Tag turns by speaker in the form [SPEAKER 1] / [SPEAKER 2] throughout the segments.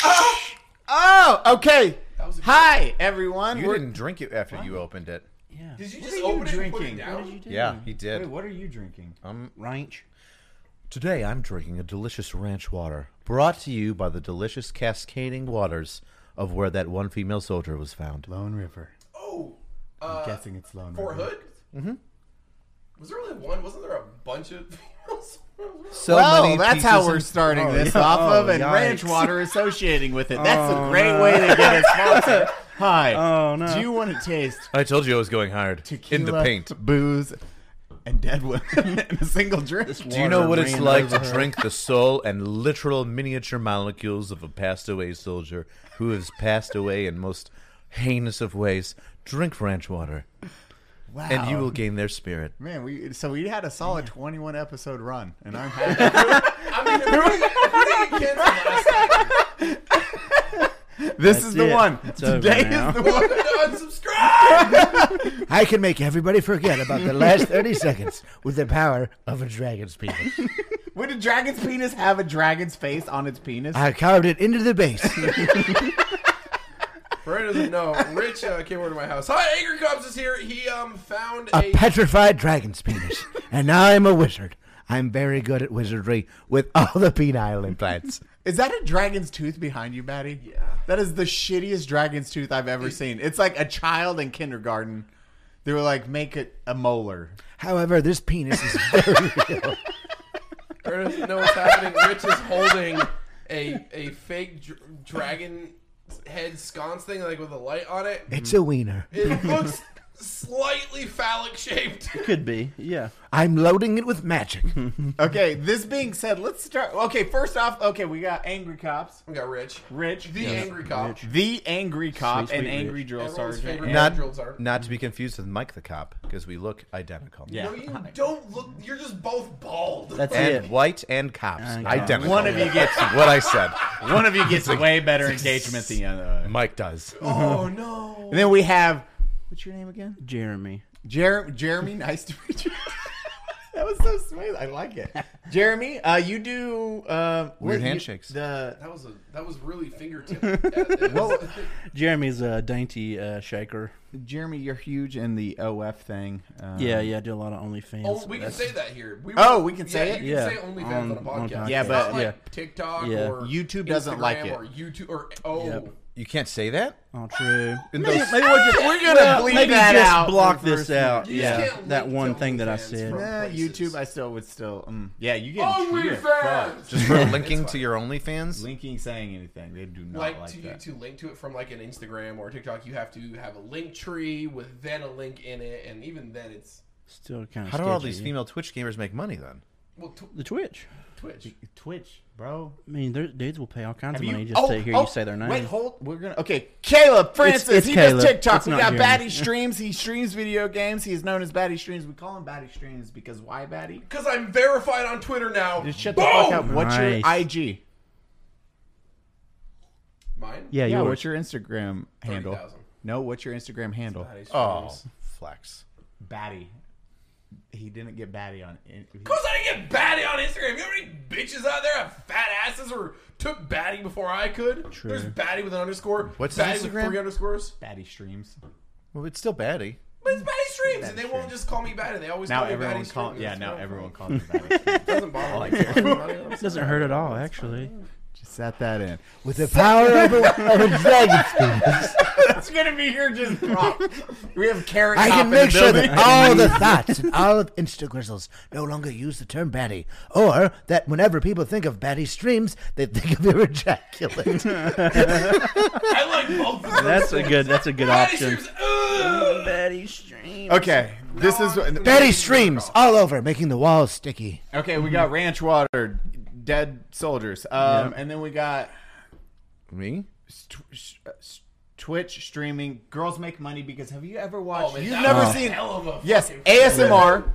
[SPEAKER 1] go. Oh, Okay.
[SPEAKER 2] was a good-
[SPEAKER 1] Hi, everyone.
[SPEAKER 3] You
[SPEAKER 1] We're-
[SPEAKER 3] didn't drink it after you opened it.
[SPEAKER 4] Yeah.
[SPEAKER 2] Did you
[SPEAKER 4] What
[SPEAKER 2] just
[SPEAKER 4] are
[SPEAKER 2] open it and put it
[SPEAKER 4] drinking?
[SPEAKER 2] down?
[SPEAKER 4] What did you do?
[SPEAKER 3] Yeah, he did.
[SPEAKER 4] Wait, what are you drinking?
[SPEAKER 3] Um,
[SPEAKER 4] Ranch.
[SPEAKER 3] Today I'm drinking a delicious ranch water brought to you by the delicious cascading waters of where that one female soldier was found.
[SPEAKER 4] Lone River.
[SPEAKER 2] Oh, uh,
[SPEAKER 4] I'm guessing it's Lone
[SPEAKER 2] Fort
[SPEAKER 4] River.
[SPEAKER 2] Hood. Mm-hmm. Was there only one? Wasn't there a bunch of females?
[SPEAKER 3] So
[SPEAKER 1] well, Oh, that's how we're starting this off
[SPEAKER 4] yeah.
[SPEAKER 1] of, and
[SPEAKER 4] Oh,
[SPEAKER 1] Ranch
[SPEAKER 4] yikes.
[SPEAKER 1] Water associating with it. That's a
[SPEAKER 4] Oh,
[SPEAKER 1] great
[SPEAKER 4] no.
[SPEAKER 1] way to get a sponsor. Hi.
[SPEAKER 4] Oh, no.
[SPEAKER 1] Do you want to taste
[SPEAKER 3] I told you I was going hard in the
[SPEAKER 1] tequila,
[SPEAKER 3] paint.
[SPEAKER 1] booze, and dead women in a single drink?
[SPEAKER 3] Do you know what it's like to drink the soul and literal miniature molecules of a passed away soldier who has passed away in most heinous of ways? Drink ranch water,
[SPEAKER 1] Wow.
[SPEAKER 3] and you will gain their spirit.
[SPEAKER 1] Man, we so we had a solid 21 episode run, and I'm happy.
[SPEAKER 2] I mean, if we didn't- if we didn't get canceled last time,
[SPEAKER 1] this is the
[SPEAKER 4] it.
[SPEAKER 1] one.
[SPEAKER 4] It's over
[SPEAKER 1] Today
[SPEAKER 4] now.
[SPEAKER 1] is the
[SPEAKER 2] we're
[SPEAKER 1] one.
[SPEAKER 2] gonna unsubscribe.
[SPEAKER 5] I can make everybody forget about the last 30 seconds with the power of a dragon's penis.
[SPEAKER 1] Would a dragon's penis have a dragon's face on its penis?
[SPEAKER 5] I carved it into the base.
[SPEAKER 2] Brian doesn't know. Rich uh, came over to my house. Hi, Anger Cops is here. He um found
[SPEAKER 5] A
[SPEAKER 2] a.
[SPEAKER 5] petrified dragon's penis. And now I'm a wizard. I'm very good at wizardry with all the penile implants.
[SPEAKER 1] Is that a dragon's tooth behind you, Batty?
[SPEAKER 2] Yeah.
[SPEAKER 1] That is the shittiest dragon's tooth I've ever seen. It's like a child in kindergarten. They were like, make it a molar.
[SPEAKER 5] However, this penis is very real.
[SPEAKER 2] Brian doesn't know what's happening. Rich is holding a a fake dr- dragon head sconce thing, like with a light on it.
[SPEAKER 5] It's a wiener.
[SPEAKER 2] It looks slightly phallic shaped.
[SPEAKER 4] Could be. Yeah.
[SPEAKER 5] I'm loading it with magic.
[SPEAKER 1] Okay, this being said, let's start. Okay, first off, okay, we got Angry Cops,
[SPEAKER 2] We got Rich,
[SPEAKER 1] Rich,
[SPEAKER 2] the angry cop,
[SPEAKER 1] the Angry Cop,
[SPEAKER 4] Sweet,
[SPEAKER 1] and
[SPEAKER 4] sweet
[SPEAKER 1] Angry
[SPEAKER 4] Rich.
[SPEAKER 1] Drill
[SPEAKER 2] Everyone's
[SPEAKER 1] Sergeant.
[SPEAKER 2] favorite
[SPEAKER 1] and-
[SPEAKER 3] Not,
[SPEAKER 2] drills are-
[SPEAKER 3] not to be confused with Mike the cop, because we look identical.
[SPEAKER 1] Yeah.
[SPEAKER 2] No, you don't look. You're just both bald.
[SPEAKER 4] That's
[SPEAKER 3] And
[SPEAKER 4] it.
[SPEAKER 3] white and cops.
[SPEAKER 4] And cops.
[SPEAKER 3] identical.
[SPEAKER 1] One of you gets
[SPEAKER 3] what I said.
[SPEAKER 1] one of you gets way better engagement than the other.
[SPEAKER 3] Mike does.
[SPEAKER 2] oh no.
[SPEAKER 1] And then we have what's your name again?
[SPEAKER 4] Jeremy.
[SPEAKER 1] Jer- Jeremy, nice to meet you. that was so smooth. I like it. Jeremy, uh, you do uh, what
[SPEAKER 3] Weird
[SPEAKER 1] you-
[SPEAKER 3] handshakes.
[SPEAKER 1] the
[SPEAKER 2] That was a that was really fingertip. Whoa.
[SPEAKER 4] Jeremy's a dainty uh, shaker.
[SPEAKER 1] Jeremy, you're huge in the OF thing. Uh,
[SPEAKER 4] yeah, yeah. I do a lot of OnlyFans.
[SPEAKER 2] Oh, we can
[SPEAKER 4] That's-
[SPEAKER 2] say that here. We
[SPEAKER 1] Oh, we can
[SPEAKER 2] yeah,
[SPEAKER 1] say it? Um,
[SPEAKER 2] You can
[SPEAKER 4] Yeah.
[SPEAKER 2] say OnlyFans on, a
[SPEAKER 4] On- on
[SPEAKER 2] podcast.
[SPEAKER 4] podcast.
[SPEAKER 1] Yeah,
[SPEAKER 2] It's
[SPEAKER 1] but-
[SPEAKER 2] not like
[SPEAKER 4] yeah.
[SPEAKER 2] TikTok
[SPEAKER 4] Yeah.
[SPEAKER 2] or
[SPEAKER 1] YouTube doesn't
[SPEAKER 2] Instagram
[SPEAKER 1] like it.
[SPEAKER 2] Or YouTube or oh,
[SPEAKER 4] Yep.
[SPEAKER 3] You can't say that?
[SPEAKER 4] Oh, true.
[SPEAKER 3] In
[SPEAKER 4] Maybe-
[SPEAKER 3] those-
[SPEAKER 4] maybe we'll just-
[SPEAKER 1] We're gonna
[SPEAKER 4] well,
[SPEAKER 1] bleep
[SPEAKER 4] maybe
[SPEAKER 1] that
[SPEAKER 4] just
[SPEAKER 1] out
[SPEAKER 4] Block
[SPEAKER 1] for the
[SPEAKER 4] this
[SPEAKER 1] first
[SPEAKER 4] out.
[SPEAKER 2] You
[SPEAKER 4] yeah,
[SPEAKER 2] just can't
[SPEAKER 4] that
[SPEAKER 2] link
[SPEAKER 4] one
[SPEAKER 2] to
[SPEAKER 4] thing that I
[SPEAKER 2] OnlyFans
[SPEAKER 4] said.
[SPEAKER 2] from-
[SPEAKER 1] Nah,
[SPEAKER 2] places.
[SPEAKER 1] YouTube, I still would still. Mm, yeah, you get
[SPEAKER 2] OnlyFans.
[SPEAKER 3] Just for linking to your OnlyFans?
[SPEAKER 1] linking saying anything. They do not
[SPEAKER 2] like,
[SPEAKER 1] like,
[SPEAKER 2] to you
[SPEAKER 1] that.
[SPEAKER 2] to link to it from like an Instagram or TikTok, you have to have a link tree with then a link in it, and even then it's
[SPEAKER 4] Still kind of.
[SPEAKER 3] How do all these female Twitch gamers make money then?
[SPEAKER 2] well tw-
[SPEAKER 4] The Twitch.
[SPEAKER 2] Twitch.
[SPEAKER 1] Twitch, bro.
[SPEAKER 4] I mean, there- dudes will pay all kinds
[SPEAKER 1] Have
[SPEAKER 4] of
[SPEAKER 1] you-
[SPEAKER 4] money just
[SPEAKER 1] oh,
[SPEAKER 4] to hear
[SPEAKER 1] oh,
[SPEAKER 4] you say their name.
[SPEAKER 1] Wait, hold. We're gonna. Okay, Caleb Francis.
[SPEAKER 4] it's
[SPEAKER 1] he
[SPEAKER 4] Caleb.
[SPEAKER 1] does TikTok.
[SPEAKER 4] It's
[SPEAKER 1] we
[SPEAKER 4] not
[SPEAKER 1] got
[SPEAKER 4] Jeremy.
[SPEAKER 1] Batty Streams. He streams video games. He's known as Batty Streams. We call him Batty Streams because why Batty?
[SPEAKER 2] Because I'm verified on Twitter now.
[SPEAKER 1] Just shut the
[SPEAKER 2] Boom!
[SPEAKER 1] fuck up. What's
[SPEAKER 4] Nice.
[SPEAKER 1] your IG?
[SPEAKER 2] Mine.
[SPEAKER 4] yeah,
[SPEAKER 1] Yeah,
[SPEAKER 4] you
[SPEAKER 1] what's your Instagram handle?
[SPEAKER 2] 30,000.
[SPEAKER 1] No, what's your Instagram handle?
[SPEAKER 3] Oh, flex.
[SPEAKER 1] Batty. He didn't get Batty on. it.
[SPEAKER 2] Because I didn't get batty on Instagram. You know how many bitches out there have fat asses or took batty before I could?
[SPEAKER 4] True.
[SPEAKER 2] There's batty with an underscore.
[SPEAKER 3] What's
[SPEAKER 2] batty with
[SPEAKER 3] Instagram?
[SPEAKER 2] three underscores?
[SPEAKER 1] Batty Streams.
[SPEAKER 3] Well, it's still baddie.
[SPEAKER 2] But it's batty streams, and they won't just call me batty. They always
[SPEAKER 1] Now
[SPEAKER 2] call me
[SPEAKER 1] everyone
[SPEAKER 2] batty
[SPEAKER 1] calls.
[SPEAKER 2] Streams.
[SPEAKER 1] Yeah,
[SPEAKER 2] That's
[SPEAKER 1] now
[SPEAKER 2] why I'm-
[SPEAKER 1] everyone calls him Batty. Streams.
[SPEAKER 2] It doesn't bother me.
[SPEAKER 4] Doesn't hurt at all, actually.
[SPEAKER 1] Just set that in.
[SPEAKER 5] With the power of a, of a dragon's penis,
[SPEAKER 1] That's gonna be here just dropped. We have carrot.
[SPEAKER 5] I
[SPEAKER 1] Top
[SPEAKER 5] can
[SPEAKER 1] in the
[SPEAKER 5] make sure
[SPEAKER 1] building.
[SPEAKER 5] that all the thoughts and all of Insta grizzles no longer use the term baddie, or that whenever people think of baddie streams, they think of ejaculate.
[SPEAKER 2] I like both of them.
[SPEAKER 4] That's a good. That's a good
[SPEAKER 2] Batty
[SPEAKER 4] option.
[SPEAKER 2] streams. Ugh.
[SPEAKER 4] Betty Stream.
[SPEAKER 1] Okay, this
[SPEAKER 2] No,
[SPEAKER 1] is
[SPEAKER 2] I'm-
[SPEAKER 5] baddie streams all over, making the walls sticky.
[SPEAKER 1] okay. We got ranch water, dead soldiers, um, and then we got
[SPEAKER 3] Me?
[SPEAKER 1] st- sh- uh, s- Twitch streaming. Girls make money because have you ever
[SPEAKER 2] Oh,
[SPEAKER 1] watched?
[SPEAKER 2] man,
[SPEAKER 1] you've
[SPEAKER 2] that
[SPEAKER 1] never
[SPEAKER 2] was a
[SPEAKER 1] seen.
[SPEAKER 2] hell of a
[SPEAKER 1] Yes,
[SPEAKER 2] fucking-
[SPEAKER 1] ASMR.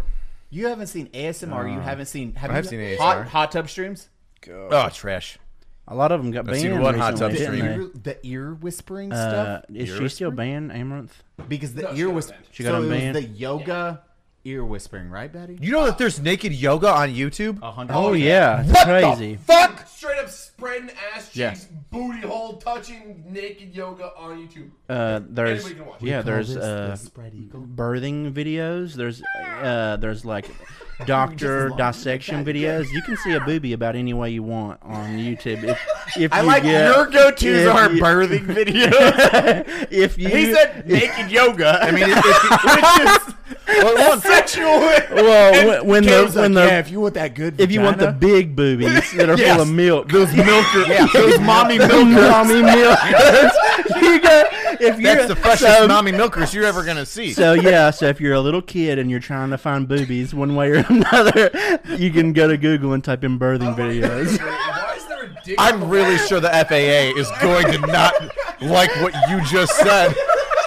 [SPEAKER 1] You haven't seen ASMR. You haven't seen. Have
[SPEAKER 3] I have
[SPEAKER 1] you
[SPEAKER 3] seen
[SPEAKER 1] hot,
[SPEAKER 3] ASMR.
[SPEAKER 1] hot tub streams.
[SPEAKER 3] Oh, trash.
[SPEAKER 4] A lot of them got
[SPEAKER 3] I've
[SPEAKER 4] banned.
[SPEAKER 3] seen one hot tub
[SPEAKER 4] recently,
[SPEAKER 3] stream.
[SPEAKER 4] didn't
[SPEAKER 1] Ear- the ear whispering
[SPEAKER 4] they? Uh,
[SPEAKER 1] stuff
[SPEAKER 4] is she still banned, Amaranth?
[SPEAKER 1] because the
[SPEAKER 2] No, she
[SPEAKER 1] ear
[SPEAKER 2] got
[SPEAKER 1] was
[SPEAKER 2] banned.
[SPEAKER 4] She got
[SPEAKER 1] so it was
[SPEAKER 4] unbanned?
[SPEAKER 1] the yoga ear whispering, right, Betty?
[SPEAKER 3] You know that there's naked yoga on YouTube?
[SPEAKER 1] A hundred.
[SPEAKER 4] Oh yeah, it's
[SPEAKER 3] What
[SPEAKER 4] crazy.
[SPEAKER 3] the fuck?
[SPEAKER 2] Straight up up, spreading ass cheeks,
[SPEAKER 4] Yeah.
[SPEAKER 2] booty hole, touching naked yoga on YouTube.
[SPEAKER 4] Uh, there's
[SPEAKER 2] Anybody can watch.
[SPEAKER 4] yeah, there's uh, birthing videos. There's uh, there's like doctor dissection videos. You can see a booby about any way you want on YouTube. If, if
[SPEAKER 1] I
[SPEAKER 4] you
[SPEAKER 1] like
[SPEAKER 4] get-
[SPEAKER 1] your go-tos
[SPEAKER 4] if
[SPEAKER 1] are
[SPEAKER 4] you-
[SPEAKER 1] birthing videos.
[SPEAKER 4] if you
[SPEAKER 1] he said naked yoga. I mean,
[SPEAKER 3] if, if you-
[SPEAKER 1] sexual.
[SPEAKER 4] well, when, when the
[SPEAKER 1] Caleb's
[SPEAKER 4] when
[SPEAKER 1] like,
[SPEAKER 4] the
[SPEAKER 1] yeah, if you want that good,
[SPEAKER 4] if you want the
[SPEAKER 1] vagina,
[SPEAKER 4] big boobies that are
[SPEAKER 1] Yes.
[SPEAKER 4] full of milk,
[SPEAKER 1] those milker, yeah, those mommy
[SPEAKER 4] Those
[SPEAKER 1] milkers.
[SPEAKER 4] mommy milkers. you got if you're
[SPEAKER 3] that's the freshest
[SPEAKER 4] so,
[SPEAKER 3] mommy milkers you're ever gonna see.
[SPEAKER 4] So yeah, so if you're a little kid and you're trying to find boobies one way or another, you can go to Google and type in birthing videos.
[SPEAKER 2] Why is there a dick?
[SPEAKER 3] I'm really sure the FAA is going to not like what you just said.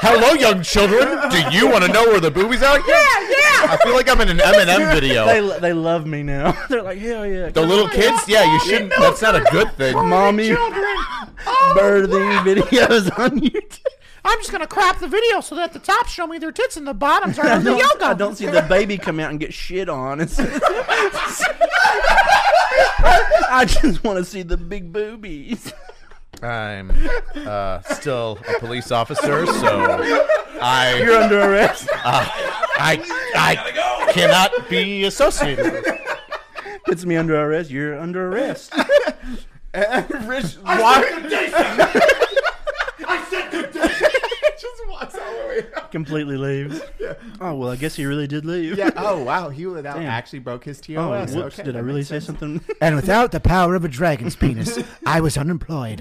[SPEAKER 3] Hello, young children. Do you want to know where the boobies are? Yeah, yeah. I feel like I'm in an M&M video.
[SPEAKER 4] They, they love me now. They're like, hell yeah.
[SPEAKER 3] The little kids? Yeah, you shouldn't. That's not a good thing.
[SPEAKER 4] mommy birthing videos on YouTube.
[SPEAKER 6] Oh, I'm just gonna crop the video so that the tops show me their tits and the bottoms are on the yoga.
[SPEAKER 4] I don't see the baby come out and get shit on. It's- I just want to see the big boobies.
[SPEAKER 3] I'm uh, still a police officer, so I
[SPEAKER 4] You're under arrest.
[SPEAKER 3] I I cannot be associated. with it.
[SPEAKER 4] Puts me under arrest. You're under arrest.
[SPEAKER 1] Rich, walk,
[SPEAKER 2] just walks all the way out.
[SPEAKER 4] Completely leaves. Oh well, I guess he really did leave.
[SPEAKER 1] yeah. Oh wow, he that actually broke his TOS.
[SPEAKER 4] Oh, whoops!
[SPEAKER 1] okay,
[SPEAKER 4] did I
[SPEAKER 1] that
[SPEAKER 4] really
[SPEAKER 1] makes
[SPEAKER 4] say something?
[SPEAKER 5] And without the power of a dragon's penis, I was unemployed.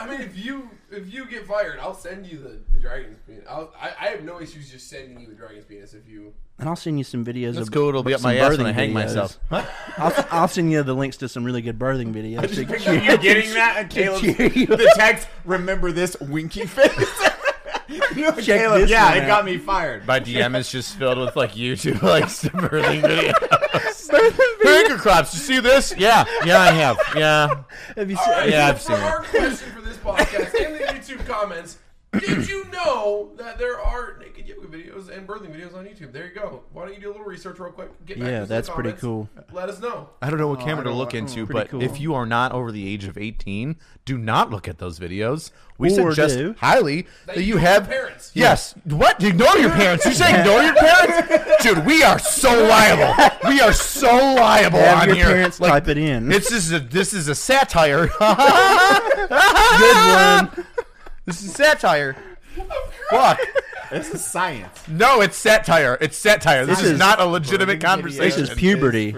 [SPEAKER 2] I mean, if you if you get fired, I'll send you the, the dragon's penis. I'll, I I have no issues just sending you the dragon's penis if you.
[SPEAKER 4] And I'll send you some videos.
[SPEAKER 3] Let's
[SPEAKER 4] of
[SPEAKER 3] go. It'll be up
[SPEAKER 4] some
[SPEAKER 3] my ass when
[SPEAKER 4] birthing
[SPEAKER 3] I hang
[SPEAKER 4] videos.
[SPEAKER 3] myself.
[SPEAKER 4] I'll, I'll send you the links to some really good birthing videos. to
[SPEAKER 1] sense.
[SPEAKER 4] cheer-
[SPEAKER 1] You're getting that, and Caleb. The text. Remember this winky face. You're like,
[SPEAKER 4] Check
[SPEAKER 1] Caleb,
[SPEAKER 4] this
[SPEAKER 1] yeah,
[SPEAKER 4] one
[SPEAKER 1] it
[SPEAKER 4] out."
[SPEAKER 1] got me fired.
[SPEAKER 3] My DM is just filled with like YouTube likes to birthing videos. Finger crops. You see this? Yeah, yeah, I have. Yeah,
[SPEAKER 4] Have you seen-
[SPEAKER 3] Yeah, I've
[SPEAKER 2] for
[SPEAKER 3] seen
[SPEAKER 2] our question for this podcast and the YouTube comments, did you know that there are naked yoga videos and birthing videos on YouTube? There you go. Why don't you do a little research real quick? Get back
[SPEAKER 4] Yeah,
[SPEAKER 2] to us in the
[SPEAKER 4] that's pretty
[SPEAKER 2] comments.
[SPEAKER 4] cool.
[SPEAKER 2] Let us know.
[SPEAKER 3] I don't know
[SPEAKER 4] Oh,
[SPEAKER 3] what camera to look into, but
[SPEAKER 4] Hmm, cool.
[SPEAKER 3] if you are not over the age of 18, do not look at those videos. We
[SPEAKER 4] Or
[SPEAKER 3] suggest
[SPEAKER 4] do.
[SPEAKER 3] highly that,
[SPEAKER 2] you
[SPEAKER 3] you
[SPEAKER 2] ignore
[SPEAKER 3] have
[SPEAKER 2] your parents.
[SPEAKER 3] Yes. What? Ignore your parents? You say ignore your parents? Dude, we are so liable. We are so liable
[SPEAKER 4] Have
[SPEAKER 3] on
[SPEAKER 4] your
[SPEAKER 3] here.
[SPEAKER 4] parents
[SPEAKER 3] Like,
[SPEAKER 4] type it in.
[SPEAKER 3] This is a this is a satire.
[SPEAKER 4] Good one.
[SPEAKER 3] this is satire. Fuck.
[SPEAKER 1] This is science.
[SPEAKER 3] No, it's satire. It's satire. This,
[SPEAKER 4] This
[SPEAKER 3] is,
[SPEAKER 4] is-
[SPEAKER 3] not a legitimate conversation.
[SPEAKER 4] This is puberty.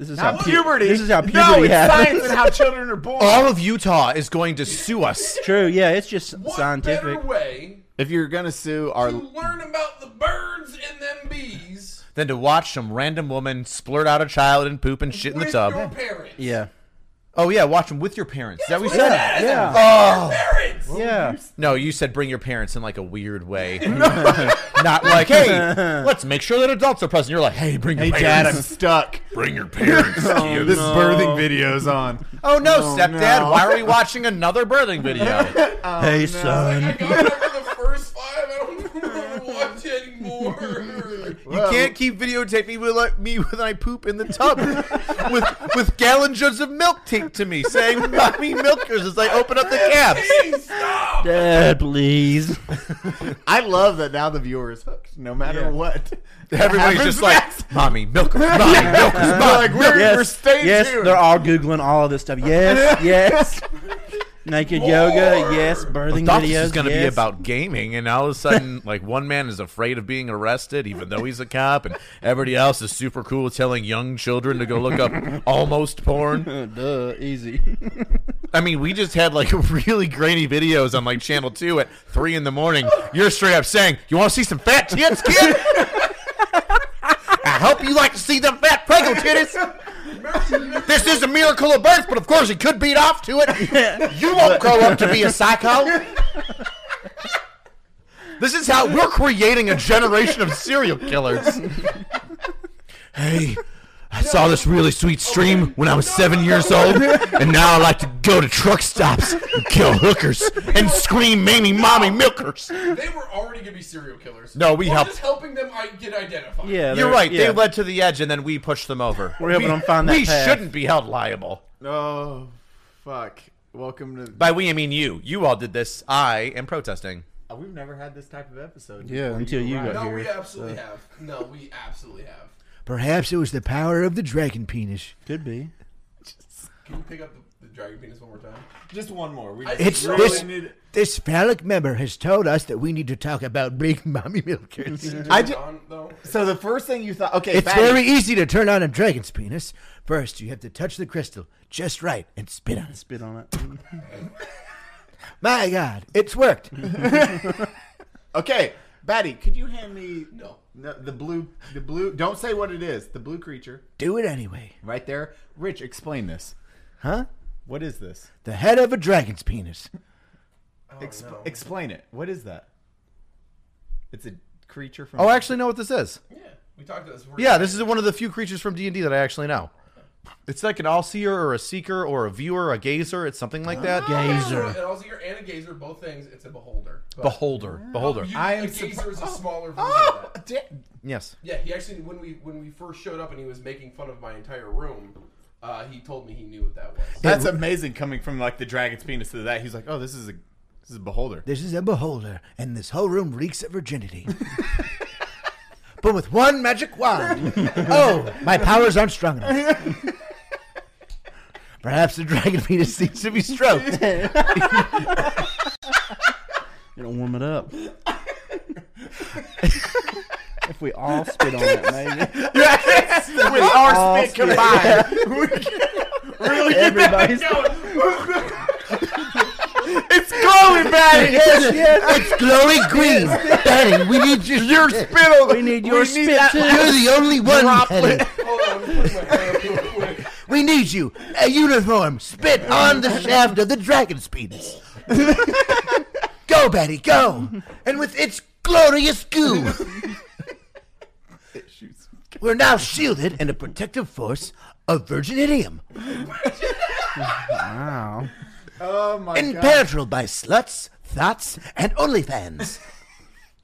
[SPEAKER 4] This is how
[SPEAKER 1] Not
[SPEAKER 4] pu-
[SPEAKER 1] puberty.
[SPEAKER 4] This is how puberty
[SPEAKER 1] No, it's science
[SPEAKER 4] happens.
[SPEAKER 1] and how children are born.
[SPEAKER 3] All of Utah is going to sue us.
[SPEAKER 4] True. Yeah, it's just
[SPEAKER 2] What
[SPEAKER 4] scientific.
[SPEAKER 2] better way
[SPEAKER 1] If you're gonna sue
[SPEAKER 2] to
[SPEAKER 1] our
[SPEAKER 2] learn about the birds and them bees
[SPEAKER 3] than to watch some random woman splurt out a child and poop and shit in the
[SPEAKER 2] with your
[SPEAKER 3] tub.
[SPEAKER 2] parents?
[SPEAKER 4] Yeah.
[SPEAKER 3] Oh yeah, watch them with your parents. Is that what you said?
[SPEAKER 4] Yeah. Yeah.
[SPEAKER 2] Parents!
[SPEAKER 4] yeah.
[SPEAKER 3] No, you said bring your parents in like a weird way. Not like, hey, let's make sure that adults are present. You're like, hey, bring your
[SPEAKER 1] dad, I'm
[SPEAKER 3] parents.
[SPEAKER 1] stuck.
[SPEAKER 3] bring your parents.
[SPEAKER 1] Oh, this birthing video's on.
[SPEAKER 3] oh no, stepdad,
[SPEAKER 1] no.
[SPEAKER 3] why are we watching another birthing video?
[SPEAKER 4] hey, son.
[SPEAKER 2] I got over the first five. I don't want to watch anymore.
[SPEAKER 3] you can't keep videotaping me, like me when I poop in the tub with with gallon jugs of milk taped to me, saying "mommy milkers" as I open up the caps.
[SPEAKER 2] Please stop!
[SPEAKER 4] Dad, please.
[SPEAKER 1] I love that now the viewer is hooked, no matter
[SPEAKER 4] Yeah.
[SPEAKER 1] what.
[SPEAKER 3] Everybody's
[SPEAKER 1] happens
[SPEAKER 3] just like,
[SPEAKER 1] next.
[SPEAKER 3] "mommy milkers, mommy milkers,
[SPEAKER 1] They're
[SPEAKER 3] mommy
[SPEAKER 1] like, we're,
[SPEAKER 4] yes,
[SPEAKER 1] we're staying
[SPEAKER 4] yes,
[SPEAKER 1] tuned.
[SPEAKER 4] they're all googling all of this stuff. Yes, yes. Naked yoga, yes. Birthing
[SPEAKER 3] thought
[SPEAKER 4] videos.
[SPEAKER 3] this was going to be
[SPEAKER 4] yes.
[SPEAKER 3] about gaming, and all of a sudden, like one man is afraid of being arrested, even though he's a cop, and everybody else is super cool telling young children to go look up almost porn.
[SPEAKER 4] Uh, duh, easy.
[SPEAKER 3] I mean, we just had like really grainy videos on like Channel Two at three in the morning. You're straight up saying, "You want to see some fat tits, kid?" I hope you like to see them fat prego titties. This is a miracle of birth, but of course it could beat off to it. You won't grow up to be a psycho. This is how we're creating a generation of serial killers. Hey, I saw this really sweet stream when I was seven years old, and now I like to go to truck stops and kill hookers and scream, "Mammy, mommy, milkers!"
[SPEAKER 2] They were already gonna be serial killers.
[SPEAKER 3] No, we
[SPEAKER 2] We're
[SPEAKER 3] helped.
[SPEAKER 2] Just helping them I- get identified.
[SPEAKER 4] Yeah,
[SPEAKER 3] You're
[SPEAKER 4] they're-
[SPEAKER 3] right.
[SPEAKER 4] Yeah.
[SPEAKER 3] They led to the edge, and then we pushed them over.
[SPEAKER 4] We're helping
[SPEAKER 3] we,
[SPEAKER 4] them find that
[SPEAKER 3] We
[SPEAKER 4] path.
[SPEAKER 3] shouldn't be held liable.
[SPEAKER 1] Oh, fuck. Welcome to.
[SPEAKER 3] By we, I mean you. You all did this. I am protesting.
[SPEAKER 1] We've never had this type of episode.
[SPEAKER 4] Yeah,
[SPEAKER 1] before
[SPEAKER 4] until you
[SPEAKER 1] arrived.
[SPEAKER 4] got
[SPEAKER 2] No,
[SPEAKER 4] here.
[SPEAKER 2] we absolutely have. No, we absolutely have.
[SPEAKER 5] Perhaps it was the power of the dragon penis.
[SPEAKER 4] Could be.
[SPEAKER 2] Can you pick up the, the dragon penis one more time?
[SPEAKER 1] Just one more. We
[SPEAKER 2] I-
[SPEAKER 1] just
[SPEAKER 5] It's
[SPEAKER 2] Really
[SPEAKER 5] this.
[SPEAKER 1] need-
[SPEAKER 5] This phallic member has told us that we need to talk about big mommy milkers.
[SPEAKER 1] I ju-
[SPEAKER 2] Don, though.
[SPEAKER 1] so the first thing you thought, okay,
[SPEAKER 5] It's
[SPEAKER 1] fatty.
[SPEAKER 5] very easy to turn on a dragon's penis. First, you have to touch the crystal just right and spit on it.
[SPEAKER 4] Spit on it.
[SPEAKER 5] My God, it's worked.
[SPEAKER 1] okay, Batty, could you hand me
[SPEAKER 2] No.
[SPEAKER 1] no, the blue, the blue? Don't say what it is. The blue creature
[SPEAKER 5] Do it anyway,
[SPEAKER 1] right there. Rich, explain this.
[SPEAKER 5] huh?
[SPEAKER 1] What is this?
[SPEAKER 5] The head of a dragon's penis.
[SPEAKER 1] Exp-
[SPEAKER 2] no.
[SPEAKER 1] Explain it. What is that? It's a creature from.
[SPEAKER 3] Oh, I actually know what this is.
[SPEAKER 2] Yeah, we talked about this. We're-
[SPEAKER 3] Yeah, this is one of the few creatures from D and D that I actually know. It's like an all-seer or a seeker or a viewer, a gazer. It's something like that.
[SPEAKER 5] Gazer.
[SPEAKER 2] And also, your and a gazer, both things. It's a beholder. But
[SPEAKER 3] Beholder, beholder.
[SPEAKER 2] You,
[SPEAKER 1] I
[SPEAKER 2] I
[SPEAKER 1] am
[SPEAKER 2] a gazer is a smaller version of that.
[SPEAKER 3] Yes.
[SPEAKER 2] Yeah, he actually when we when we first showed up and he was making fun of my entire room, uh, he told me he knew what that was.
[SPEAKER 1] That's amazing coming from like the dragon's penis to that. He's like, oh, this is a this is a beholder.
[SPEAKER 5] This is a beholder, and this whole room reeks of virginity. but with one magic wand. Oh, my powers aren't strong enough. Perhaps the dragon penis needs to be stroked.
[SPEAKER 4] It'll warm it up. if we all spit on it, maybe
[SPEAKER 1] With our
[SPEAKER 4] All
[SPEAKER 1] spit combined,
[SPEAKER 4] everybody's.
[SPEAKER 1] it's glowing, Batty.
[SPEAKER 5] yes, It's glowing green. Betty, we need your, your spit.
[SPEAKER 4] We need your spit too.
[SPEAKER 5] You're the only one. Betty.
[SPEAKER 2] Hold on, I'm just putting my hair up real quick.
[SPEAKER 5] We need you. A uniform. Spit on the shaft of the dragon's penis. go, Betty, go. And with its glorious goo. We're now shielded in a protective force of virginidium,
[SPEAKER 4] Wow.
[SPEAKER 1] Oh my
[SPEAKER 5] impenetrable by sluts, thoughts, and OnlyFans,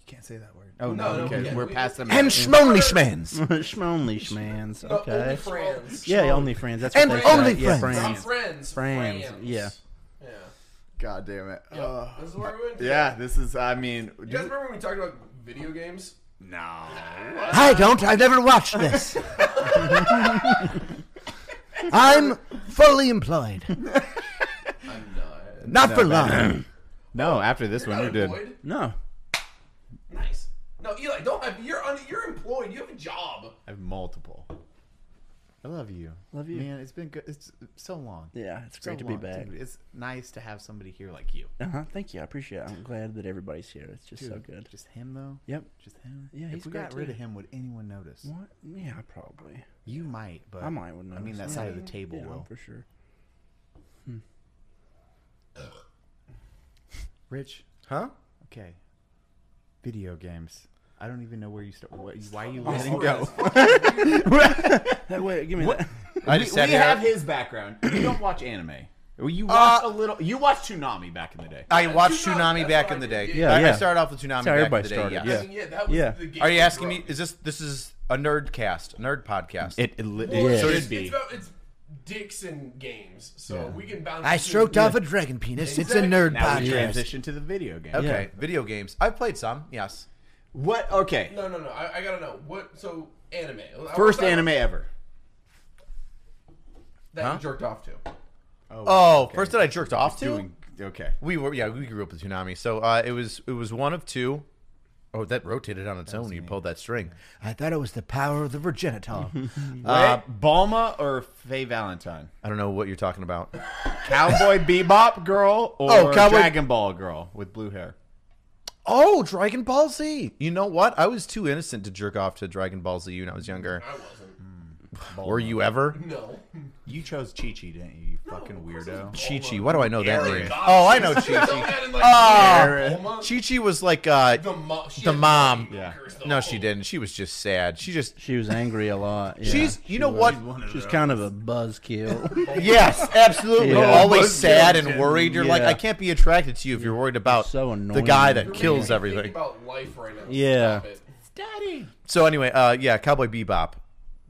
[SPEAKER 1] Can't say that word. Oh
[SPEAKER 2] No,
[SPEAKER 1] no,
[SPEAKER 2] no,
[SPEAKER 1] okay,
[SPEAKER 2] we can't.
[SPEAKER 1] we're
[SPEAKER 2] We-
[SPEAKER 1] past them.
[SPEAKER 5] and schmonly schmans.
[SPEAKER 4] Schmonly schmans.
[SPEAKER 2] No, only
[SPEAKER 4] Okay.
[SPEAKER 2] friends.
[SPEAKER 4] Yeah, only friends. That's what
[SPEAKER 5] And
[SPEAKER 4] they
[SPEAKER 5] only
[SPEAKER 4] say. Yeah,
[SPEAKER 5] friends.
[SPEAKER 2] Not
[SPEAKER 4] friends.
[SPEAKER 2] friends.
[SPEAKER 4] Friends,
[SPEAKER 2] Friends.
[SPEAKER 4] yeah.
[SPEAKER 2] Yeah.
[SPEAKER 1] God damn it.
[SPEAKER 2] Yeah.
[SPEAKER 1] Oh.
[SPEAKER 2] this is where we went.
[SPEAKER 1] Yeah, this is. I mean,
[SPEAKER 2] You guys remember when we talked about video games?
[SPEAKER 1] no.
[SPEAKER 5] I don't. I've never watched this. I'm fully employed,
[SPEAKER 2] I'm not.
[SPEAKER 5] not for
[SPEAKER 1] bad.
[SPEAKER 5] long.
[SPEAKER 1] No, after this one, you're good.
[SPEAKER 2] Unemployed?
[SPEAKER 4] No.
[SPEAKER 2] Nice. No, Eli, don't have. You're un, You're employed. You have a job.
[SPEAKER 1] I have multiple. I love you.
[SPEAKER 4] Love you.
[SPEAKER 1] Man, it's been good. It's so long.
[SPEAKER 4] Yeah, it's
[SPEAKER 1] So
[SPEAKER 4] great to be
[SPEAKER 1] long,
[SPEAKER 4] back.
[SPEAKER 1] dude. It's nice to have somebody here like you.
[SPEAKER 4] Uh huh. Thank you. I appreciate it. I'm glad that everybody's here. It's just so
[SPEAKER 1] Dude,
[SPEAKER 4] Oh, good.
[SPEAKER 1] Just him though.
[SPEAKER 4] Yep.
[SPEAKER 1] Just him.
[SPEAKER 4] Yeah,
[SPEAKER 1] If
[SPEAKER 4] he's
[SPEAKER 1] we
[SPEAKER 4] great,
[SPEAKER 1] got rid
[SPEAKER 4] too.
[SPEAKER 1] of him, would anyone notice?
[SPEAKER 4] What? Yeah, probably.
[SPEAKER 1] You might, but
[SPEAKER 4] I might would
[SPEAKER 1] I mean, that
[SPEAKER 4] notice, yeah.
[SPEAKER 1] side of the table
[SPEAKER 4] Yeah,
[SPEAKER 1] will.
[SPEAKER 4] for sure.
[SPEAKER 1] Rich,
[SPEAKER 3] Huh?
[SPEAKER 1] okay. Video games. I don't even know where you start. What, why are you letting
[SPEAKER 2] Sorry,
[SPEAKER 1] go?
[SPEAKER 2] that's fucking weird.
[SPEAKER 4] Hey, wait, give me that.
[SPEAKER 3] I
[SPEAKER 1] we
[SPEAKER 3] just sat
[SPEAKER 1] we
[SPEAKER 3] here.
[SPEAKER 1] have his background. You don't watch anime.
[SPEAKER 2] Uh,
[SPEAKER 1] Well, You watch a little. You watched Toonami back in the day.
[SPEAKER 3] I watched
[SPEAKER 2] Tsunami,
[SPEAKER 3] Tsunami
[SPEAKER 2] that's
[SPEAKER 3] back
[SPEAKER 2] what
[SPEAKER 3] in
[SPEAKER 2] I
[SPEAKER 3] the
[SPEAKER 2] did.
[SPEAKER 3] day.
[SPEAKER 4] Yeah,
[SPEAKER 3] I- I
[SPEAKER 4] yeah.
[SPEAKER 3] started off with Tsunami
[SPEAKER 4] That's how
[SPEAKER 3] back in
[SPEAKER 4] everybody
[SPEAKER 3] the day.
[SPEAKER 4] started,
[SPEAKER 3] yes.
[SPEAKER 2] I mean, yeah, that was
[SPEAKER 4] Yeah.
[SPEAKER 2] the game.
[SPEAKER 3] Are you
[SPEAKER 2] that
[SPEAKER 3] asking me?
[SPEAKER 2] broke.
[SPEAKER 3] Is this this is a nerd cast, nerd podcast?
[SPEAKER 1] It, it, li-
[SPEAKER 2] Well,
[SPEAKER 1] it
[SPEAKER 2] it's,
[SPEAKER 1] should
[SPEAKER 2] it's,
[SPEAKER 1] be.
[SPEAKER 2] about it's dicks and games, so we can bounce.
[SPEAKER 5] I
[SPEAKER 2] between-
[SPEAKER 5] stroked off a dragon penis.
[SPEAKER 2] Exactly.
[SPEAKER 5] It's a nerd
[SPEAKER 1] Now we
[SPEAKER 5] podcast.
[SPEAKER 1] transition to the video game.
[SPEAKER 3] okay, video games. I've played some. Yes.
[SPEAKER 1] What? Okay.
[SPEAKER 2] No, no, no. I, I gotta know what. So anime. I wanna
[SPEAKER 1] First
[SPEAKER 2] start-
[SPEAKER 1] anime ever.
[SPEAKER 2] that
[SPEAKER 3] Huh?
[SPEAKER 2] you jerked off to. Uh,
[SPEAKER 3] Oh, first that I jerked off to.
[SPEAKER 1] Doing okay.
[SPEAKER 3] We were yeah we grew up with Tsunami, so uh, it was it was one of two. Oh, that rotated on its own. when You pulled that string.
[SPEAKER 5] I thought it was the power of the virginitol.
[SPEAKER 1] Uh, Balma or Faye Valentine?
[SPEAKER 3] I don't know what you're talking about.
[SPEAKER 1] Cowboy Bebop girl or
[SPEAKER 3] Oh, Cowboy-
[SPEAKER 1] Dragon Ball girl with blue hair?
[SPEAKER 3] Oh, Dragon Ball Z. You know what? I was too innocent to jerk off to Dragon Ball Z when I was younger.
[SPEAKER 2] I wasn't.
[SPEAKER 3] Were you ever?
[SPEAKER 2] No.
[SPEAKER 1] You chose Chi Chi, didn't you? you
[SPEAKER 3] fucking
[SPEAKER 2] of course it
[SPEAKER 3] weirdo.
[SPEAKER 2] was
[SPEAKER 3] Chi Chi.
[SPEAKER 2] Bulma.
[SPEAKER 3] Why do I know that
[SPEAKER 2] Eric.
[SPEAKER 3] lyric?
[SPEAKER 2] God,
[SPEAKER 3] Oh, I
[SPEAKER 2] she
[SPEAKER 3] know
[SPEAKER 2] was- she
[SPEAKER 3] Chi
[SPEAKER 2] was
[SPEAKER 3] Chi.
[SPEAKER 2] down in, like,
[SPEAKER 3] Oh,
[SPEAKER 2] Bulma.
[SPEAKER 3] Chi Chi was like uh,
[SPEAKER 2] the mom. She
[SPEAKER 3] the
[SPEAKER 2] had
[SPEAKER 3] mom.
[SPEAKER 2] knockers the
[SPEAKER 3] No,
[SPEAKER 2] whole-
[SPEAKER 3] she didn't. She was just sad. She just.
[SPEAKER 4] She was angry a lot. yeah.
[SPEAKER 3] She's.
[SPEAKER 4] She
[SPEAKER 3] You know
[SPEAKER 4] was-
[SPEAKER 3] what?
[SPEAKER 4] She's kind of a buzzkill.
[SPEAKER 3] Yes, absolutely.
[SPEAKER 4] Yeah.
[SPEAKER 3] Always
[SPEAKER 2] Buzz
[SPEAKER 3] sad and
[SPEAKER 2] Johnson.
[SPEAKER 3] worried. You're like,
[SPEAKER 4] Yeah.
[SPEAKER 3] I can't be attracted to you if you're worried about
[SPEAKER 4] so
[SPEAKER 3] the guy
[SPEAKER 4] annoying.
[SPEAKER 3] that
[SPEAKER 2] You're making
[SPEAKER 3] kills
[SPEAKER 2] me
[SPEAKER 3] everything.
[SPEAKER 2] Think about life right now.
[SPEAKER 4] Yeah.
[SPEAKER 2] Stop it.
[SPEAKER 3] So anyway, uh, yeah, Cowboy Bebop,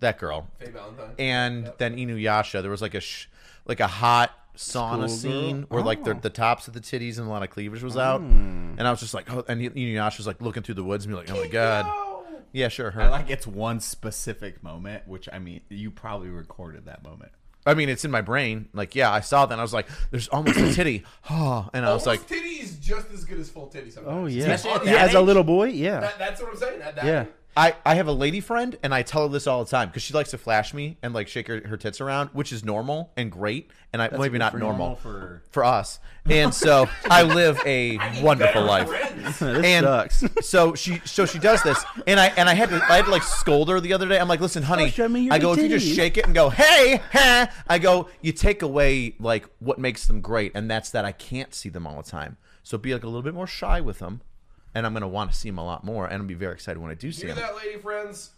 [SPEAKER 3] that girl,
[SPEAKER 2] Faye Valentine.
[SPEAKER 3] and then Inuyasha. There was like a sh- like a hot sauna
[SPEAKER 4] Schoolgirl? Oh.
[SPEAKER 3] scene where like the, the tops of the titties and a lot of cleavage was out,
[SPEAKER 4] Hmm.
[SPEAKER 3] and I was just like, oh, and Inuyasha was like looking through the woods and be like, oh my god,
[SPEAKER 2] Oh,
[SPEAKER 3] yeah, sure, her.
[SPEAKER 1] I like it's one specific moment, which I mean, you probably recorded that moment.
[SPEAKER 3] I mean, it's in my brain. Like, yeah, I saw that. and I was like, there's almost a titty, oh, and I
[SPEAKER 2] almost
[SPEAKER 3] was like,
[SPEAKER 2] titty is just as good as full titty. Sometimes.
[SPEAKER 4] oh yeah.
[SPEAKER 3] Especially at
[SPEAKER 4] Yeah,
[SPEAKER 3] that
[SPEAKER 4] As a
[SPEAKER 3] age?
[SPEAKER 4] little boy, yeah.
[SPEAKER 2] That, that's what I'm saying. At that
[SPEAKER 4] Yeah.
[SPEAKER 3] I, I have a lady friend and I tell her this all the time because she likes to flash me and like shake her, her tits around, which is normal and great. And I well, maybe not normal,
[SPEAKER 1] for
[SPEAKER 3] for us. And so I live a wonderful life.
[SPEAKER 2] Friends.
[SPEAKER 4] this
[SPEAKER 3] and
[SPEAKER 4] sucks.
[SPEAKER 3] so she so she does this and I and I had to I had to like scold her the other day. I'm like, listen, honey,
[SPEAKER 4] Don't Oh, show me your
[SPEAKER 3] I go if you just
[SPEAKER 4] titties."
[SPEAKER 3] shake it and go, hey, huh? I go, you take away like what makes them great, and that's that I can't see them all the time. So be like a little bit more shy with them, and I'm gonna want to see them a lot more, and I'll be very excited when I do see
[SPEAKER 2] Hear
[SPEAKER 3] them.
[SPEAKER 2] that, lady friends?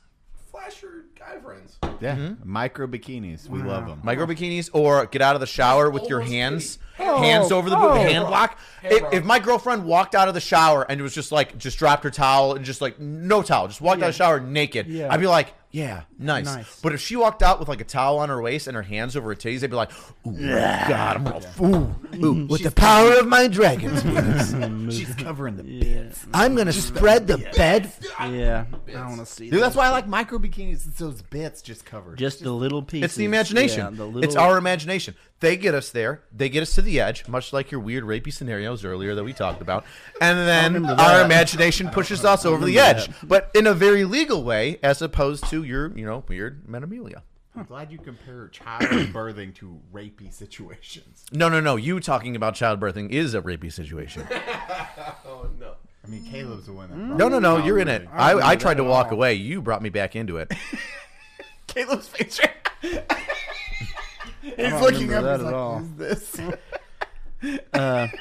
[SPEAKER 2] Flash your guy friends.
[SPEAKER 1] yeah, micro bikinis. We love them.
[SPEAKER 3] Micro bikinis or get out of the shower with your
[SPEAKER 2] Almost
[SPEAKER 3] hands,
[SPEAKER 2] titty.
[SPEAKER 3] hands
[SPEAKER 2] Oh,
[SPEAKER 3] over the boob,
[SPEAKER 2] oh.
[SPEAKER 3] hand block.
[SPEAKER 2] Hand
[SPEAKER 3] If,
[SPEAKER 2] rock.
[SPEAKER 3] if my girlfriend walked out of the shower and was just like, just dropped her towel and just like no towel, just walked out of the shower naked,
[SPEAKER 4] Yeah.
[SPEAKER 3] I'd be like, yeah, nice.
[SPEAKER 4] Nice.
[SPEAKER 3] But if she walked out with like a towel on her waist and her hands over her titties, I'd be like, ooh, God, I'm gonna
[SPEAKER 5] Ooh, ooh, with the power of my dragons,
[SPEAKER 1] She's covering the bits.
[SPEAKER 5] I'm gonna spread the bed.
[SPEAKER 4] yeah. I want to see
[SPEAKER 1] Dude,
[SPEAKER 4] that.
[SPEAKER 1] that's why I like micro bikinis. It's those bits just covered.
[SPEAKER 4] Just the little piece.
[SPEAKER 3] It's the imagination. It's our imagination. They get us there. They get us to the edge, much like your weird rapey scenarios earlier that we talked about. And then
[SPEAKER 4] remember
[SPEAKER 3] our
[SPEAKER 4] that.
[SPEAKER 3] imagination pushes us over the
[SPEAKER 4] remember
[SPEAKER 3] edge, but in a very legal way, as opposed to your, you know, weird metamelia.
[SPEAKER 1] I'm glad you compare childbirthing to rapey situations.
[SPEAKER 3] No, no, no. You talking about childbirthing is a rapey situation.
[SPEAKER 2] Oh no.
[SPEAKER 1] I mean, Caleb's the one that.
[SPEAKER 4] Mm.
[SPEAKER 3] No, no, no. You're in it. I, I tried to walk away. You brought me back into it.
[SPEAKER 1] Caleb's face. he's
[SPEAKER 4] don't
[SPEAKER 1] looking
[SPEAKER 4] remember
[SPEAKER 1] up.
[SPEAKER 4] that
[SPEAKER 1] He's
[SPEAKER 4] at
[SPEAKER 1] like,
[SPEAKER 4] all.
[SPEAKER 1] "Who's this?"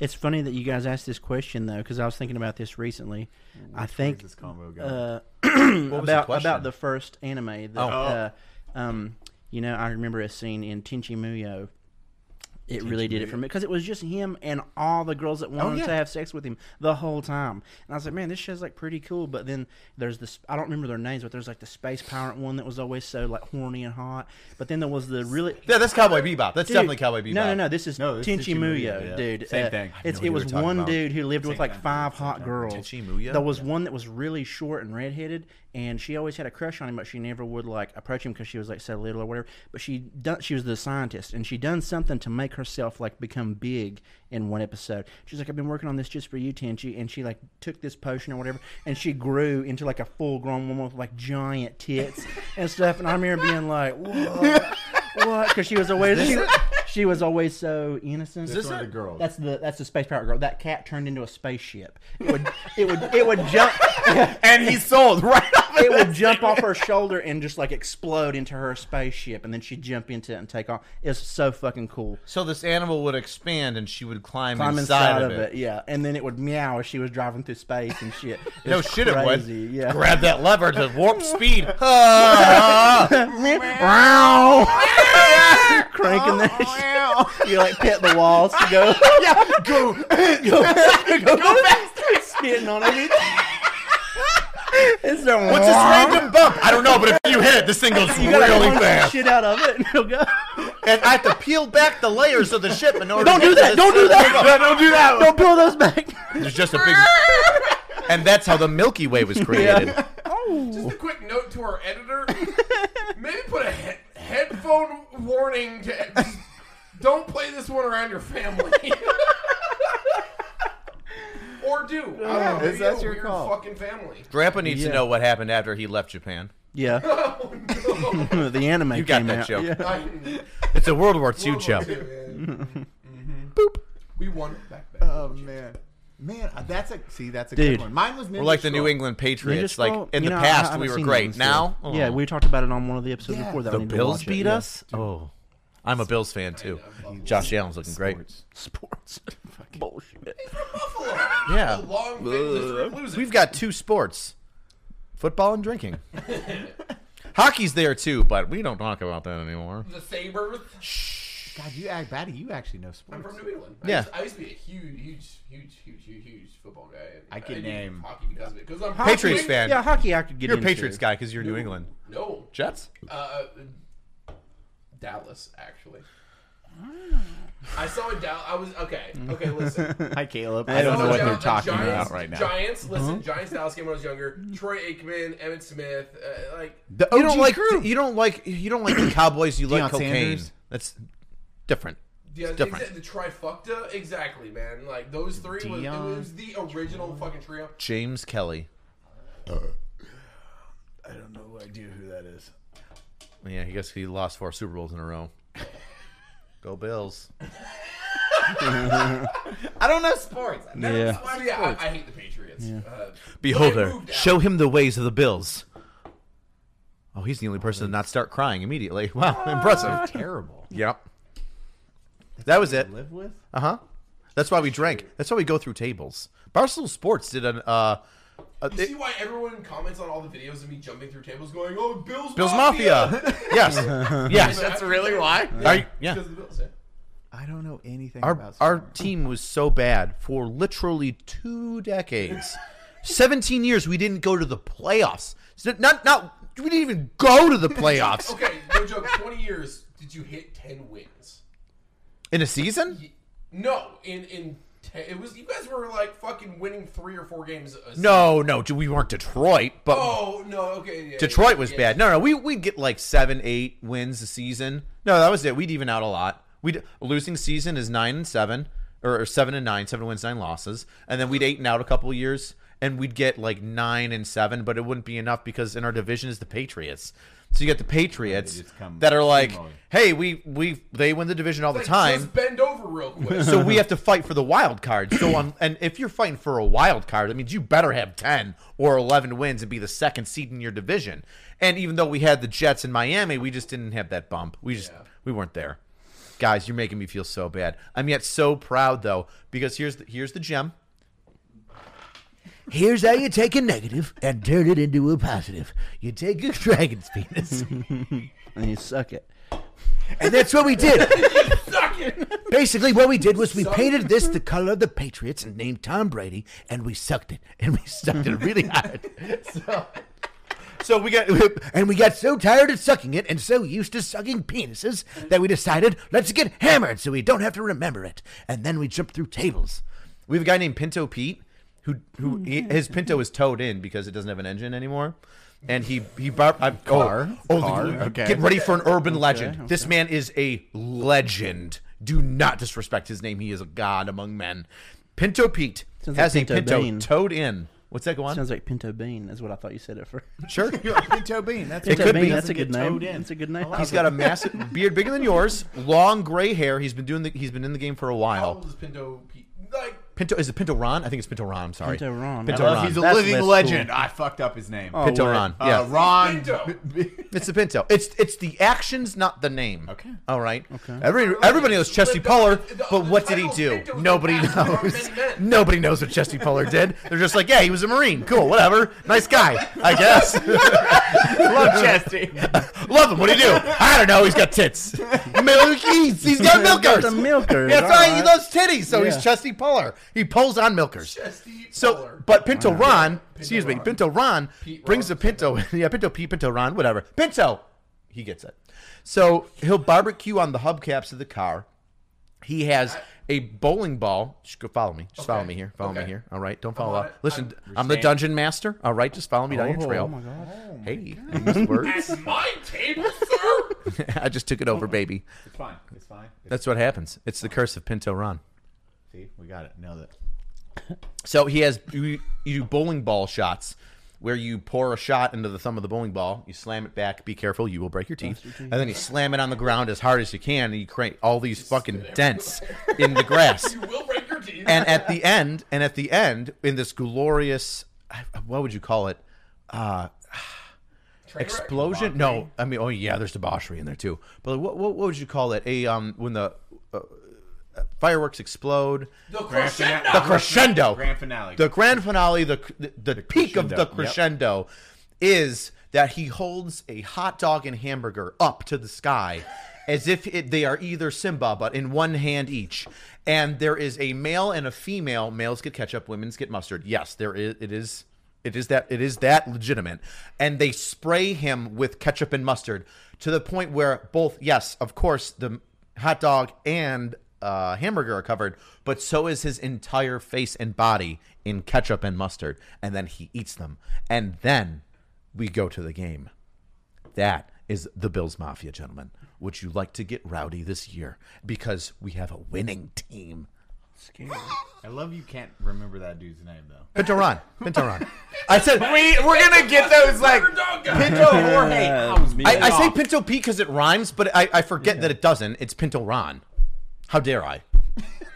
[SPEAKER 4] It's funny that you guys asked this question though, because I was thinking about this recently. I think
[SPEAKER 1] this combo guy.
[SPEAKER 4] uh,
[SPEAKER 3] was the
[SPEAKER 4] about
[SPEAKER 3] question? Oh.
[SPEAKER 4] about the first anime. That, uh, um, you know, I remember a scene in Tenchi Muyo. It really did it for me because it was just him and all the girls that
[SPEAKER 3] Oh,
[SPEAKER 4] wanted to have sex with him the whole time. And I was like, man, this show's like pretty cool. But then there's this, I don't remember their names, but there's like the space pirate one that was always so like horny and hot. But then there was the really,
[SPEAKER 3] Yeah, that's Cowboy Bebop. That's
[SPEAKER 4] Dude,
[SPEAKER 3] definitely Cowboy Bebop.
[SPEAKER 4] No, no, no. This is
[SPEAKER 1] No, this is
[SPEAKER 4] Tenchi
[SPEAKER 1] Tenchi
[SPEAKER 4] Muyo,
[SPEAKER 1] Muyo, yeah.
[SPEAKER 4] dude. Uh,
[SPEAKER 1] Same thing. I
[SPEAKER 4] It's,
[SPEAKER 3] know
[SPEAKER 4] it
[SPEAKER 3] who
[SPEAKER 4] was
[SPEAKER 3] you're talking
[SPEAKER 4] one
[SPEAKER 3] about.
[SPEAKER 4] dude who lived with like
[SPEAKER 1] thing.
[SPEAKER 4] five hot girls.
[SPEAKER 3] Tenchi Muyo?
[SPEAKER 4] There was one that was really short and redheaded, and she always had a crush on him, but she never would like approach him because she was like so little or whatever. But she done, she was the scientist, and she done something to make herself like become big in one episode. She's like, I've been working on this just for you, Tenchi, and she like took this potion or whatever, and she grew into like a full grown woman with like giant tits and stuff. And I'm here being like, whoa. What? Because she was always she, she was always so innocent.
[SPEAKER 1] This one of the girls.
[SPEAKER 4] That's the that's the space pirate girl. That cat turned into a spaceship. It would it would it would jump.
[SPEAKER 1] and he sold right off.
[SPEAKER 4] It would jump off her shoulder and just like explode into her spaceship, and then she'd jump into it and take off. It's so fucking cool.
[SPEAKER 3] So this animal would expand and she would climb,
[SPEAKER 4] I'm
[SPEAKER 3] inside,
[SPEAKER 4] inside of it. yeah. And then it would meow as she was driving through space and shit.
[SPEAKER 3] No
[SPEAKER 4] It's
[SPEAKER 3] shit, it would.
[SPEAKER 4] crazy. Yeah.
[SPEAKER 3] Grab that lever to warp speed. Ah.
[SPEAKER 4] Cranking that shit. You like pet the walls to go. yeah, go, go, go, faster. Spitting on everything. It's a
[SPEAKER 3] What's this random bump? I don't know, but if you hit it, this thing goes
[SPEAKER 4] You gotta
[SPEAKER 3] really
[SPEAKER 4] punch the
[SPEAKER 3] fast.
[SPEAKER 4] shit out of it, and it'll go.
[SPEAKER 3] And I have to peel back the layers of the ship in order.
[SPEAKER 4] Don't
[SPEAKER 3] to
[SPEAKER 4] do
[SPEAKER 3] get
[SPEAKER 4] that!
[SPEAKER 3] to
[SPEAKER 4] Don't do
[SPEAKER 3] this-
[SPEAKER 4] that! Don't do that! Don't pull those back.
[SPEAKER 3] There's just a big. And that's how the Milky Way was created.
[SPEAKER 2] Just a quick note to our editor. Maybe put a he- headphone warning to. just don't play this one around your family. or do. I don't know. Maybe
[SPEAKER 1] Is that
[SPEAKER 2] you have a
[SPEAKER 1] your
[SPEAKER 2] weird
[SPEAKER 1] call?
[SPEAKER 2] fucking family.
[SPEAKER 3] Grandpa needs
[SPEAKER 4] Yeah.
[SPEAKER 3] to know what happened after he left Japan.
[SPEAKER 4] Yeah,
[SPEAKER 2] Oh no.
[SPEAKER 4] the anime
[SPEAKER 3] You got
[SPEAKER 4] came
[SPEAKER 3] that
[SPEAKER 4] out.
[SPEAKER 3] joke.
[SPEAKER 4] Yeah.
[SPEAKER 2] I-
[SPEAKER 3] It's a World War II
[SPEAKER 2] World War
[SPEAKER 3] joke.
[SPEAKER 2] II, yeah. Mm-hmm. We won back then.
[SPEAKER 1] Oh man, man, uh, that's a see, that's a
[SPEAKER 4] Dude.
[SPEAKER 1] good one. Mine was
[SPEAKER 3] We're like the New England Patriots.
[SPEAKER 4] Ninja
[SPEAKER 3] Like
[SPEAKER 4] Scroll-
[SPEAKER 3] in
[SPEAKER 4] you
[SPEAKER 3] the
[SPEAKER 4] know, I- I
[SPEAKER 3] past,
[SPEAKER 4] haven't
[SPEAKER 3] we were
[SPEAKER 4] seen that one
[SPEAKER 3] great.
[SPEAKER 4] still.
[SPEAKER 3] Now,
[SPEAKER 4] yeah,
[SPEAKER 3] oh.
[SPEAKER 4] we talked about it on one of the episodes
[SPEAKER 1] Yeah.
[SPEAKER 4] before that.
[SPEAKER 3] the
[SPEAKER 4] I need to
[SPEAKER 3] Bills
[SPEAKER 4] watch it,
[SPEAKER 3] beat
[SPEAKER 4] yeah.
[SPEAKER 3] us. Oh, I'm a Bills fan too. Josh Allen's looking great.
[SPEAKER 4] Sports. Fucking bullshit.
[SPEAKER 2] Buffalo. A
[SPEAKER 3] Yeah.
[SPEAKER 2] long thing, loser, losing.
[SPEAKER 3] We've got two sports football and drinking. Hockey's there too, but we don't talk about that anymore.
[SPEAKER 2] the Sabres.
[SPEAKER 1] God, you act batty. You actually know
[SPEAKER 2] I'm
[SPEAKER 1] sports.
[SPEAKER 2] from New England. I
[SPEAKER 3] Yeah.
[SPEAKER 2] used, I used to be a huge, huge, huge, huge, huge, huge football guy. and
[SPEAKER 1] I can
[SPEAKER 2] did
[SPEAKER 1] name-
[SPEAKER 2] hockey because of it. Because I'm
[SPEAKER 3] Patriots fan.
[SPEAKER 4] Yeah, hockey I could get
[SPEAKER 3] You're a
[SPEAKER 4] into.
[SPEAKER 3] Patriots guy because you're New England.
[SPEAKER 2] No,
[SPEAKER 3] Jets?
[SPEAKER 2] uh, Dallas actually. I saw a Dallas. I was okay. Okay, listen.
[SPEAKER 1] Hi, Caleb.
[SPEAKER 4] I don't
[SPEAKER 2] saw
[SPEAKER 4] know what
[SPEAKER 2] Gi-
[SPEAKER 4] they're
[SPEAKER 2] a Giants, Giants, listen, Giants Dallas game when I was younger. Troy Aikman, Emmett Smith, uh, like
[SPEAKER 1] The
[SPEAKER 3] You don't
[SPEAKER 1] OG
[SPEAKER 3] like
[SPEAKER 1] crew.
[SPEAKER 3] you don't like you don't like the Cowboys, you like
[SPEAKER 1] Deion
[SPEAKER 3] cocaine.
[SPEAKER 1] Sanders.
[SPEAKER 3] That's different.
[SPEAKER 2] Yeah,
[SPEAKER 3] It's different.
[SPEAKER 2] exa- the trifecta, exactly, man. Like those three was, it
[SPEAKER 1] Dion.
[SPEAKER 2] was the original fucking trio.
[SPEAKER 3] James Kelly.
[SPEAKER 2] Uh, I don't know idea who that is.
[SPEAKER 3] Yeah, I guess he lost four Super Bowls in a row. Go Bills.
[SPEAKER 1] I don't know sports.
[SPEAKER 4] Yeah.
[SPEAKER 2] Well, yeah, I, I hate the Patriots. Uh,
[SPEAKER 3] Beholder,
[SPEAKER 2] moved out.
[SPEAKER 3] show him the ways of the Bills. Oh, he's the only person to not start crying immediately. Wow, impressive.
[SPEAKER 1] Terrible.
[SPEAKER 3] Yep. That was it.
[SPEAKER 1] Live with.
[SPEAKER 3] Uh huh. That's why we drank. That's why we go through tables. Barstool Sports did an uh, a,
[SPEAKER 2] you see why everyone comments on all the videos of me jumping through tables, going, "Oh, Bills,
[SPEAKER 3] Bills Mafia. yes, yes.
[SPEAKER 2] That's really why.
[SPEAKER 3] Are you- yeah.
[SPEAKER 2] Because of the Bills. Yeah.
[SPEAKER 1] I don't know anything
[SPEAKER 3] Our
[SPEAKER 1] about
[SPEAKER 3] our
[SPEAKER 1] sports.
[SPEAKER 3] team was so bad for literally two decades, seventeen years. We didn't go to the playoffs. So Not not. We didn't even go to the playoffs
[SPEAKER 2] Okay, no joke. Twenty years. Did you hit ten wins?
[SPEAKER 3] in a season.
[SPEAKER 2] No, in in ten, it was you guys were like fucking winning three or four games. A
[SPEAKER 3] No, no, we weren't Detroit, but
[SPEAKER 2] Oh no. Okay. Yeah,
[SPEAKER 3] Detroit
[SPEAKER 2] yeah,
[SPEAKER 3] was
[SPEAKER 2] yeah.
[SPEAKER 3] bad. No, no, we we'd get like seven, eight wins a season. No, that was it. We'd even out a lot. We would losing season is nine and seven, or, or seven and nine, seven wins, nine losses, and then we'd eight and out a couple years, and we'd get like nine and seven, but it wouldn't be enough because in our division is the Patriots. So you got the Patriots
[SPEAKER 1] just come
[SPEAKER 3] that are like,
[SPEAKER 1] steamroller.
[SPEAKER 3] hey, we we they win the division all the
[SPEAKER 2] Like,
[SPEAKER 3] time
[SPEAKER 2] Just bend over real quick.
[SPEAKER 3] so we have to fight for the wild card. So on, and if you're fighting for a wild card, that means you better have ten or eleven wins and be the second seed in your division. And even though we had the Jets in Miami, we just didn't have that bump. We just we weren't there. Guys, you're making me feel so bad. I'm yet so proud though because here's the, here's the gem.
[SPEAKER 5] Here's how you take a negative and turn it into a positive. You take a dragon's penis.
[SPEAKER 4] And you suck it.
[SPEAKER 5] and that's what we did.
[SPEAKER 2] Suck it.
[SPEAKER 5] Basically, what we did was we painted this the color of the Patriots and named Tom Brady, and we sucked it. And we sucked it really hard.
[SPEAKER 3] So we got
[SPEAKER 5] And we got so tired of sucking it and so used to sucking penises that we decided, let's get hammered so we don't have to remember it. And then we jumped through tables.
[SPEAKER 3] we have a guy named Pinto Pete who who he- his Pinto is towed in because it doesn't have an engine anymore. And he he bar- I, car oh,
[SPEAKER 1] Car,
[SPEAKER 3] the-
[SPEAKER 1] okay.
[SPEAKER 3] get ready for an urban legend. This man is a legend. Do not disrespect his name. He is a god among men. Pinto Pete
[SPEAKER 4] Sounds
[SPEAKER 3] has
[SPEAKER 4] like
[SPEAKER 3] a
[SPEAKER 4] Pinto
[SPEAKER 3] Pinto
[SPEAKER 4] Bean.
[SPEAKER 3] towed in. What's that go on?
[SPEAKER 4] Sounds like pinto bean is what I thought you said at first.
[SPEAKER 3] sure.
[SPEAKER 1] Pinto Bean. That's
[SPEAKER 3] It
[SPEAKER 4] Pinto
[SPEAKER 3] could
[SPEAKER 4] bean,
[SPEAKER 3] be.
[SPEAKER 4] that's a
[SPEAKER 1] Doesn't
[SPEAKER 4] good
[SPEAKER 1] get
[SPEAKER 4] name.
[SPEAKER 1] towed in.
[SPEAKER 4] That's a good name.
[SPEAKER 3] He's got a massive beard bigger than yours, long gray hair. He's been doing the, he's been in the game for a
[SPEAKER 2] How
[SPEAKER 3] while.
[SPEAKER 4] Oh.
[SPEAKER 2] old is Pinto? Pete? Like
[SPEAKER 3] Pinto is it Pinto Ron? I think it's Pinto Ron. I'm sorry.
[SPEAKER 4] Pinto Ron.
[SPEAKER 3] Pinto
[SPEAKER 4] I
[SPEAKER 1] Well,
[SPEAKER 3] Ron.
[SPEAKER 1] He's a
[SPEAKER 4] That's
[SPEAKER 1] living
[SPEAKER 4] less
[SPEAKER 1] legend. I fucked up his name.
[SPEAKER 4] Oh,
[SPEAKER 3] Pinto
[SPEAKER 4] wait.
[SPEAKER 3] Ron.
[SPEAKER 1] Uh,
[SPEAKER 3] Yeah.
[SPEAKER 1] Ron.
[SPEAKER 2] Pinto.
[SPEAKER 3] It's the Pinto. It's it's the actions, not the name.
[SPEAKER 1] Okay.
[SPEAKER 3] All right. Okay. Every, everybody knows Chesty
[SPEAKER 2] But the-
[SPEAKER 3] Puller,
[SPEAKER 2] the- the
[SPEAKER 3] but what did he
[SPEAKER 2] title
[SPEAKER 3] do?
[SPEAKER 2] Pinto was
[SPEAKER 3] Nobody
[SPEAKER 2] the last of our
[SPEAKER 3] knows.
[SPEAKER 2] many men.
[SPEAKER 3] Nobody knows what Chesty Puller did. They're just like, yeah, he was a Marine. Cool, whatever. Nice guy, I guess.
[SPEAKER 1] Love Chesty.
[SPEAKER 3] Love him. What do you do? I don't know. He's got tits. Milkies. He's got milkers.
[SPEAKER 4] The milkers.
[SPEAKER 3] That's
[SPEAKER 4] all
[SPEAKER 3] right. He loves titties, so
[SPEAKER 4] Yeah.
[SPEAKER 3] he's Chesty Puller. He pulls on milkers.
[SPEAKER 2] Chesty
[SPEAKER 3] So,
[SPEAKER 2] Puller.
[SPEAKER 3] but Pinto Ron, excuse me,
[SPEAKER 2] Ron.
[SPEAKER 3] Pinto Ron
[SPEAKER 2] Pete Ron,
[SPEAKER 3] brings the Pinto, yeah, Pinto Pete, Pinto Ron, whatever. Pinto, he gets it. So he'll barbecue on the hubcaps of the car. He has a bowling ball. Just go follow me. Just follow
[SPEAKER 2] Okay.
[SPEAKER 3] me here. Follow me
[SPEAKER 2] Okay.
[SPEAKER 3] here. All right. Don't follow
[SPEAKER 2] on
[SPEAKER 3] up.
[SPEAKER 2] it.
[SPEAKER 3] Listen, I'm, the dungeon master. All right. Just follow me down your trail.
[SPEAKER 4] Oh my god.
[SPEAKER 3] hey, I used words.
[SPEAKER 2] At my table, sir.
[SPEAKER 3] I just took it
[SPEAKER 2] Oh
[SPEAKER 3] over, baby.
[SPEAKER 1] It's fine. It's fine. It's,
[SPEAKER 3] That's what happens. It's the curse of Pinto Ron.
[SPEAKER 1] see, we got it. Nailed it.
[SPEAKER 3] So he has you, you do bowling ball shots where you pour a shot into the thumb of the bowling ball, you slam it back, be careful, you will break your teeth. And then you slam it on the ground as hard as you can and you create all these fucking dents in the grass.
[SPEAKER 2] you will break your teeth.
[SPEAKER 3] And at the end, and at the end in this glorious what would you call it? Uh
[SPEAKER 2] Train wreck?
[SPEAKER 3] explosion? No, I mean, oh yeah, there's debauchery in there too. But like, what, what what would you call it? A um when the uh, uh, fireworks explode,
[SPEAKER 2] The
[SPEAKER 1] Grand fina-
[SPEAKER 2] crescendo.
[SPEAKER 3] the crescendo,
[SPEAKER 1] Grand finale.
[SPEAKER 3] the grand finale, the the, the peak of
[SPEAKER 1] crescendo,
[SPEAKER 3] the
[SPEAKER 1] yep.
[SPEAKER 3] crescendo is that he holds a hot dog and hamburger up to the sky. As if it, they are either Simba, but in one hand each, and there is a male and a female. Males get ketchup, women's get mustard. Yes, there is. It is. It is that. It is that legitimate. And they spray him with ketchup and mustard to the point where both. Yes, of course, the hot dog and uh, hamburger are covered, but so is his entire face and body in ketchup and mustard. And then he eats them. And then we go to the game. That is the Bills Mafia, gentlemen. Would you like to get rowdy this year? Because we have a winning team.
[SPEAKER 1] I love you can't remember that dude's name though.
[SPEAKER 3] Pintaron. Pintaron. I said
[SPEAKER 1] We we're gonna get those like
[SPEAKER 2] Underdog guy.
[SPEAKER 1] Pinto Jorge comes
[SPEAKER 3] I, I say
[SPEAKER 1] off.
[SPEAKER 3] Pinto Pete because it rhymes, but I, I forget that it doesn't. It's Pinto Ron. How dare I?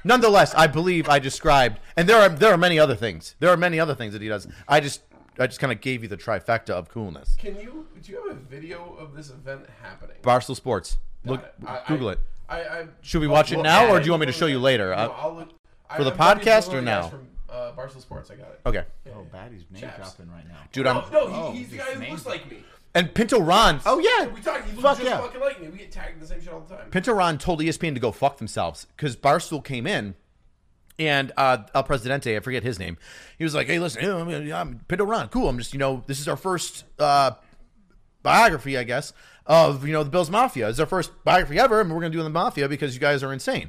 [SPEAKER 3] Nonetheless, I believe I described, and there are there are many other things. There are many other things that he does. I just I just kind of gave you the trifecta of coolness.
[SPEAKER 2] Can you? Do you have a video of this event happening?
[SPEAKER 3] Barstool Sports. Look,
[SPEAKER 2] I- I-
[SPEAKER 3] Google it.
[SPEAKER 2] I, I,
[SPEAKER 3] Should we
[SPEAKER 2] I'll
[SPEAKER 3] watch it
[SPEAKER 2] look
[SPEAKER 3] now,
[SPEAKER 2] at
[SPEAKER 3] or do you want me to show you later?
[SPEAKER 2] No,
[SPEAKER 3] Uh,
[SPEAKER 2] I'll look- I-
[SPEAKER 3] for the
[SPEAKER 2] I've got these
[SPEAKER 3] podcast
[SPEAKER 2] little guys
[SPEAKER 3] or now?
[SPEAKER 2] From uh, Barstool Sports, I got it.
[SPEAKER 3] Okay,
[SPEAKER 1] Oh, Batty's name
[SPEAKER 2] Chaps.
[SPEAKER 1] dropping right now.
[SPEAKER 3] dude. I'm
[SPEAKER 2] No, no, he, he's the
[SPEAKER 1] his
[SPEAKER 2] guy who
[SPEAKER 1] name-
[SPEAKER 2] looks like me.
[SPEAKER 3] and Pinto Ron.
[SPEAKER 1] Oh yeah.
[SPEAKER 2] We talk. He looks
[SPEAKER 1] Fuck
[SPEAKER 2] just
[SPEAKER 1] yeah.
[SPEAKER 2] fucking like me. We get tagged in the same shit all the time.
[SPEAKER 3] Pintaron told E ESPN to go fuck themselves because Barstool came in and uh, El Presidente, I forget his name, he was like, hey, listen, you know, I'm, I'm Pintaron, cool. I'm just, you know, this is our first uh, biography, I guess, of, you know, the Bills Mafia. It's our first biography ever, and we're going to do the Mafia because you guys are insane.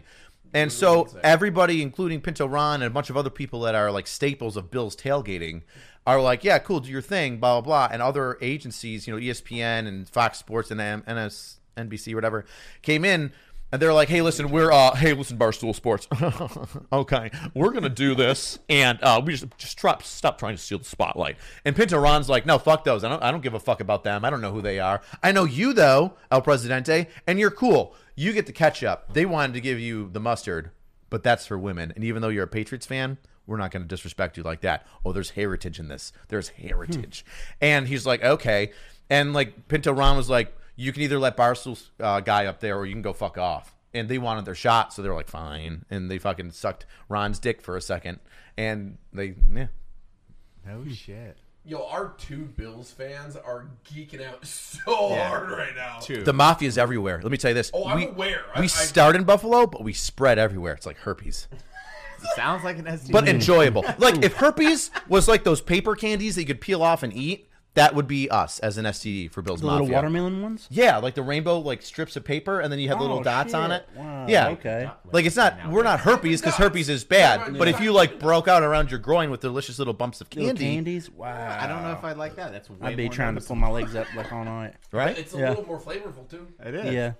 [SPEAKER 3] And so everybody, including Pinto Ron and a bunch of other people that are like staples of Bill's tailgating, are like, yeah, cool, do your thing, blah, blah, blah. And other agencies, you know, E ESPN and Fox Sports and M- NS, NBC, whatever, came in and they're like, hey, listen, we're, uh, hey, listen, Barstool Sports. okay, we're going to do this. And uh, we just, just try, stop trying to steal the spotlight. And Pinto Ron's like, no, fuck those. I don't, I don't give a fuck about them. I don't know who they are. I know you, though, El Presidente, and you're cool. You get the ketchup. They wanted to give you the mustard, but that's for women. And even though you're a Patriots fan, we're not going to disrespect you like that. Oh, there's heritage in this. There's heritage.
[SPEAKER 2] Hmm.
[SPEAKER 3] And he's like, okay. And like Pinto Ron was like, you can either let Barstool uh, guy up there or you can go fuck off. And they wanted their shot, so they're like, fine. And they fucking sucked Ron's dick for a second. And they, yeah.
[SPEAKER 1] No shit.
[SPEAKER 2] Yo, our two Bills fans are geeking out so
[SPEAKER 1] Yeah.
[SPEAKER 2] hard right now.
[SPEAKER 1] Two.
[SPEAKER 3] The mafia's everywhere. Let me tell you this.
[SPEAKER 2] Oh, I'm
[SPEAKER 3] we,
[SPEAKER 2] aware. I-
[SPEAKER 3] We
[SPEAKER 2] I-
[SPEAKER 3] start in Buffalo, but we spread everywhere. It's like herpes.
[SPEAKER 1] Sounds like an STD.
[SPEAKER 3] but
[SPEAKER 4] Mm.
[SPEAKER 3] enjoyable. Like if herpes was like those paper candies that you could peel off and eat, that would be us as an STD for Bill's
[SPEAKER 4] The
[SPEAKER 3] Mafia.
[SPEAKER 4] little watermelon ones?
[SPEAKER 3] Yeah, like the rainbow like strips of paper and then you have little
[SPEAKER 4] Oh,
[SPEAKER 3] dots on
[SPEAKER 4] shit.
[SPEAKER 3] it.
[SPEAKER 4] Wow,
[SPEAKER 3] yeah.
[SPEAKER 4] okay.
[SPEAKER 3] Like it's not we're not herpes because herpes is bad, but if you like broke out around your groin with delicious little bumps of
[SPEAKER 4] Little
[SPEAKER 3] candy,
[SPEAKER 4] candies? Wow.
[SPEAKER 1] I don't know if I'd like that. That's way
[SPEAKER 4] I'd be
[SPEAKER 1] more
[SPEAKER 4] trying to pull my legs up like all night.
[SPEAKER 3] right?
[SPEAKER 2] It's a
[SPEAKER 4] Yeah.
[SPEAKER 2] little more flavorful too.
[SPEAKER 1] noticeable. It is.
[SPEAKER 4] Yeah.